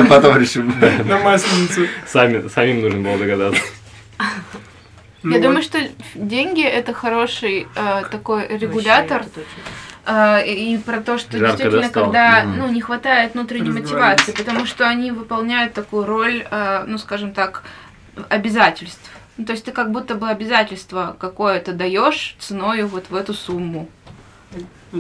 Speaker 4: потом решим.
Speaker 1: На масленицу.
Speaker 3: Сами, самим нужно было догадаться.
Speaker 5: Я
Speaker 1: Ну,
Speaker 5: думаю, что деньги это хороший э, такой регулятор
Speaker 2: Вообще, это точно.
Speaker 5: А, и и про то, что
Speaker 3: Жарко
Speaker 5: действительно,
Speaker 3: достало.
Speaker 5: когда
Speaker 4: Мгм.
Speaker 5: ну, не хватает внутренней
Speaker 1: Разговаривать.
Speaker 5: мотивации, потому что они выполняют такую роль, э, ну, скажем так, обязательств. Ну, то есть ты как будто бы обязательство какое-то даешь ценой вот в эту сумму.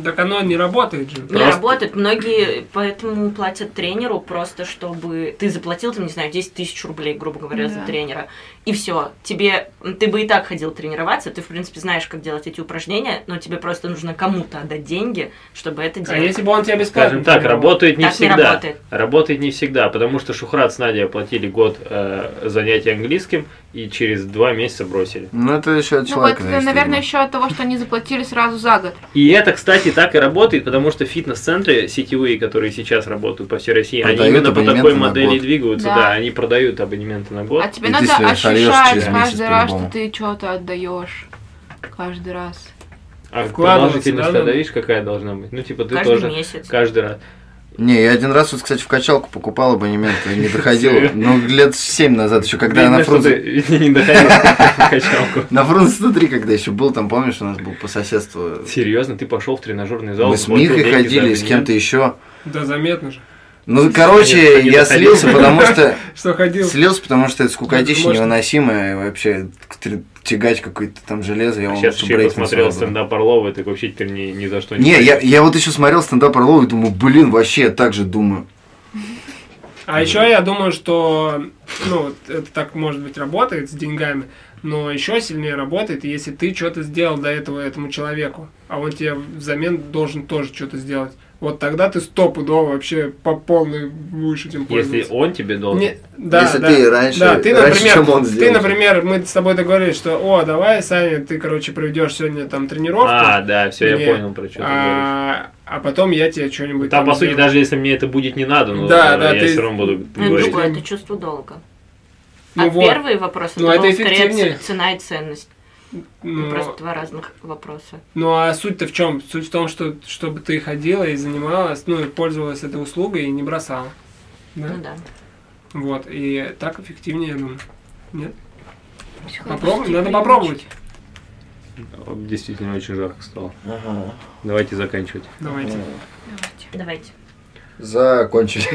Speaker 1: Так оно не работает же.
Speaker 2: Не
Speaker 3: Просто-
Speaker 2: работает. Многие поэтому платят тренеру просто, чтобы ты заплатил, там, не знаю, 10 тысяч рублей, грубо говоря, за
Speaker 5: Да.
Speaker 2: тренера. И все. Тебе, ты бы и так ходил тренироваться, ты, в принципе, знаешь, как делать эти упражнения, но тебе просто нужно кому-то отдать деньги, чтобы это
Speaker 1: А
Speaker 2: делать.
Speaker 1: если бы он тебя бесплатно...
Speaker 3: Скажем так,
Speaker 1: тренировал?
Speaker 3: работает не
Speaker 2: ну, Так не
Speaker 3: всегда.
Speaker 2: работает.
Speaker 3: Работает не всегда, потому что Шухрат с Надей оплатили год э, занятий английским и через два месяца бросили.
Speaker 4: Ну, это еще от
Speaker 5: Ну, вот,
Speaker 4: человека.
Speaker 5: это,
Speaker 4: зависит, я
Speaker 5: наверное,
Speaker 4: думаю.
Speaker 5: еще от того, что они заплатили сразу за год.
Speaker 3: И это, кстати, так и работает, потому что фитнес-центры сетевые, которые сейчас работают по всей России, они
Speaker 4: Продают
Speaker 3: именно по такой
Speaker 4: абонементы на
Speaker 3: модели и
Speaker 4: год.
Speaker 3: двигаются. Да.
Speaker 5: Да.
Speaker 3: они продают абонементы на год.
Speaker 5: А тебе
Speaker 4: И э, ты
Speaker 5: надо
Speaker 4: себе сольёшь
Speaker 5: ощущать
Speaker 4: через месяц
Speaker 5: каждый раз, что
Speaker 4: по-любому.
Speaker 5: ты что-то отдаешь. Каждый раз.
Speaker 3: А
Speaker 1: вкладываться,
Speaker 3: продолжительность,
Speaker 1: да,
Speaker 3: тогда,
Speaker 1: ну?
Speaker 3: видишь, какая должна быть? Ну, типа, ты
Speaker 2: Каждый
Speaker 3: тоже
Speaker 2: месяц.
Speaker 3: каждый раз.
Speaker 4: Не, я один раз, вот, кстати, в качалку покупал абонемент и не доходил. Ну, лет семь назад еще, когда я
Speaker 3: Видно,
Speaker 4: на
Speaker 3: что
Speaker 4: Фрунзе...
Speaker 3: ты не доходил в качалку.
Speaker 4: На Фрунзе 103, когда еще был, там, помнишь, у нас был по соседству...
Speaker 3: Серьезно, ты пошел в тренажерный зал.
Speaker 4: Мы с
Speaker 3: заплатил
Speaker 4: Михой
Speaker 3: деньги за
Speaker 4: ходили, с
Speaker 3: абонемент?
Speaker 4: кем-то еще.
Speaker 1: Да, заметно же.
Speaker 4: Ну,
Speaker 3: Конечно,
Speaker 4: короче,
Speaker 3: не
Speaker 4: я
Speaker 3: доходил.
Speaker 4: слился, потому что...
Speaker 1: Что ходил.
Speaker 4: Слился, потому что это скукотища
Speaker 1: Можно.
Speaker 4: невыносимая, и вообще тр- тягать какое-то там железо, я
Speaker 3: А
Speaker 4: вам
Speaker 3: Сейчас
Speaker 4: лучше
Speaker 3: еще
Speaker 4: брейкинг
Speaker 3: посмотрел
Speaker 4: сразу.
Speaker 3: стендап а Орлова, и так вообще теперь ни, ни за что
Speaker 4: Не, я, я вот еще смотрел стендап Орлова и думаю, блин, вообще я так же думаю.
Speaker 1: А еще я думаю, что, ну, вот это так, может быть, работает с деньгами, но еще сильнее работает, если ты что-то сделал до этого этому человеку, а он тебе взамен должен тоже что-то сделать. Вот тогда ты стопудово вообще по полной будешь этим
Speaker 3: Если
Speaker 1: пользоваться.
Speaker 3: он тебе должен.
Speaker 1: Не- да,
Speaker 4: Если
Speaker 1: да.
Speaker 4: ты раньше,
Speaker 1: Да, ты,
Speaker 4: раньше,
Speaker 1: например,
Speaker 4: чем он
Speaker 1: Ты,
Speaker 4: сделал.
Speaker 1: например, мы с тобой договорились, что, о, давай, Саня, ты, короче, проведешь сегодня там тренировку,
Speaker 3: А, да, все,
Speaker 1: Не.
Speaker 3: я понял про что ты говоришь.
Speaker 1: а, а потом я тебе что-нибудь
Speaker 3: Там, по сути,
Speaker 1: сделаю.
Speaker 3: даже если мне это будет не надо, ну,
Speaker 1: Да,
Speaker 3: э,
Speaker 1: да,
Speaker 3: я
Speaker 1: ты-
Speaker 3: все равно буду
Speaker 2: Ну, это
Speaker 3: говорить.
Speaker 2: другое, это чувство долга.
Speaker 1: Ну
Speaker 2: а
Speaker 1: вот.
Speaker 2: первый вопрос, это,
Speaker 1: Ну, это
Speaker 2: был скорее
Speaker 1: эффективнее.
Speaker 2: ц- цена и ценность.
Speaker 1: Ну,
Speaker 2: Просто два разных вопроса.
Speaker 1: Ну а суть-то в чем? Суть в том, что чтобы ты ходила и занималась, ну и пользовалась этой услугой и не бросала. Да?
Speaker 2: Ну да.
Speaker 1: Вот. И так эффективнее, я думаю. Нет?
Speaker 5: Психологические
Speaker 1: Попробуй, надо
Speaker 5: привычки.
Speaker 1: попробовать.
Speaker 3: Действительно очень жарко стало.
Speaker 10: Ага.
Speaker 3: Давайте заканчивать.
Speaker 1: Давайте.
Speaker 2: Давайте.
Speaker 10: Закончили.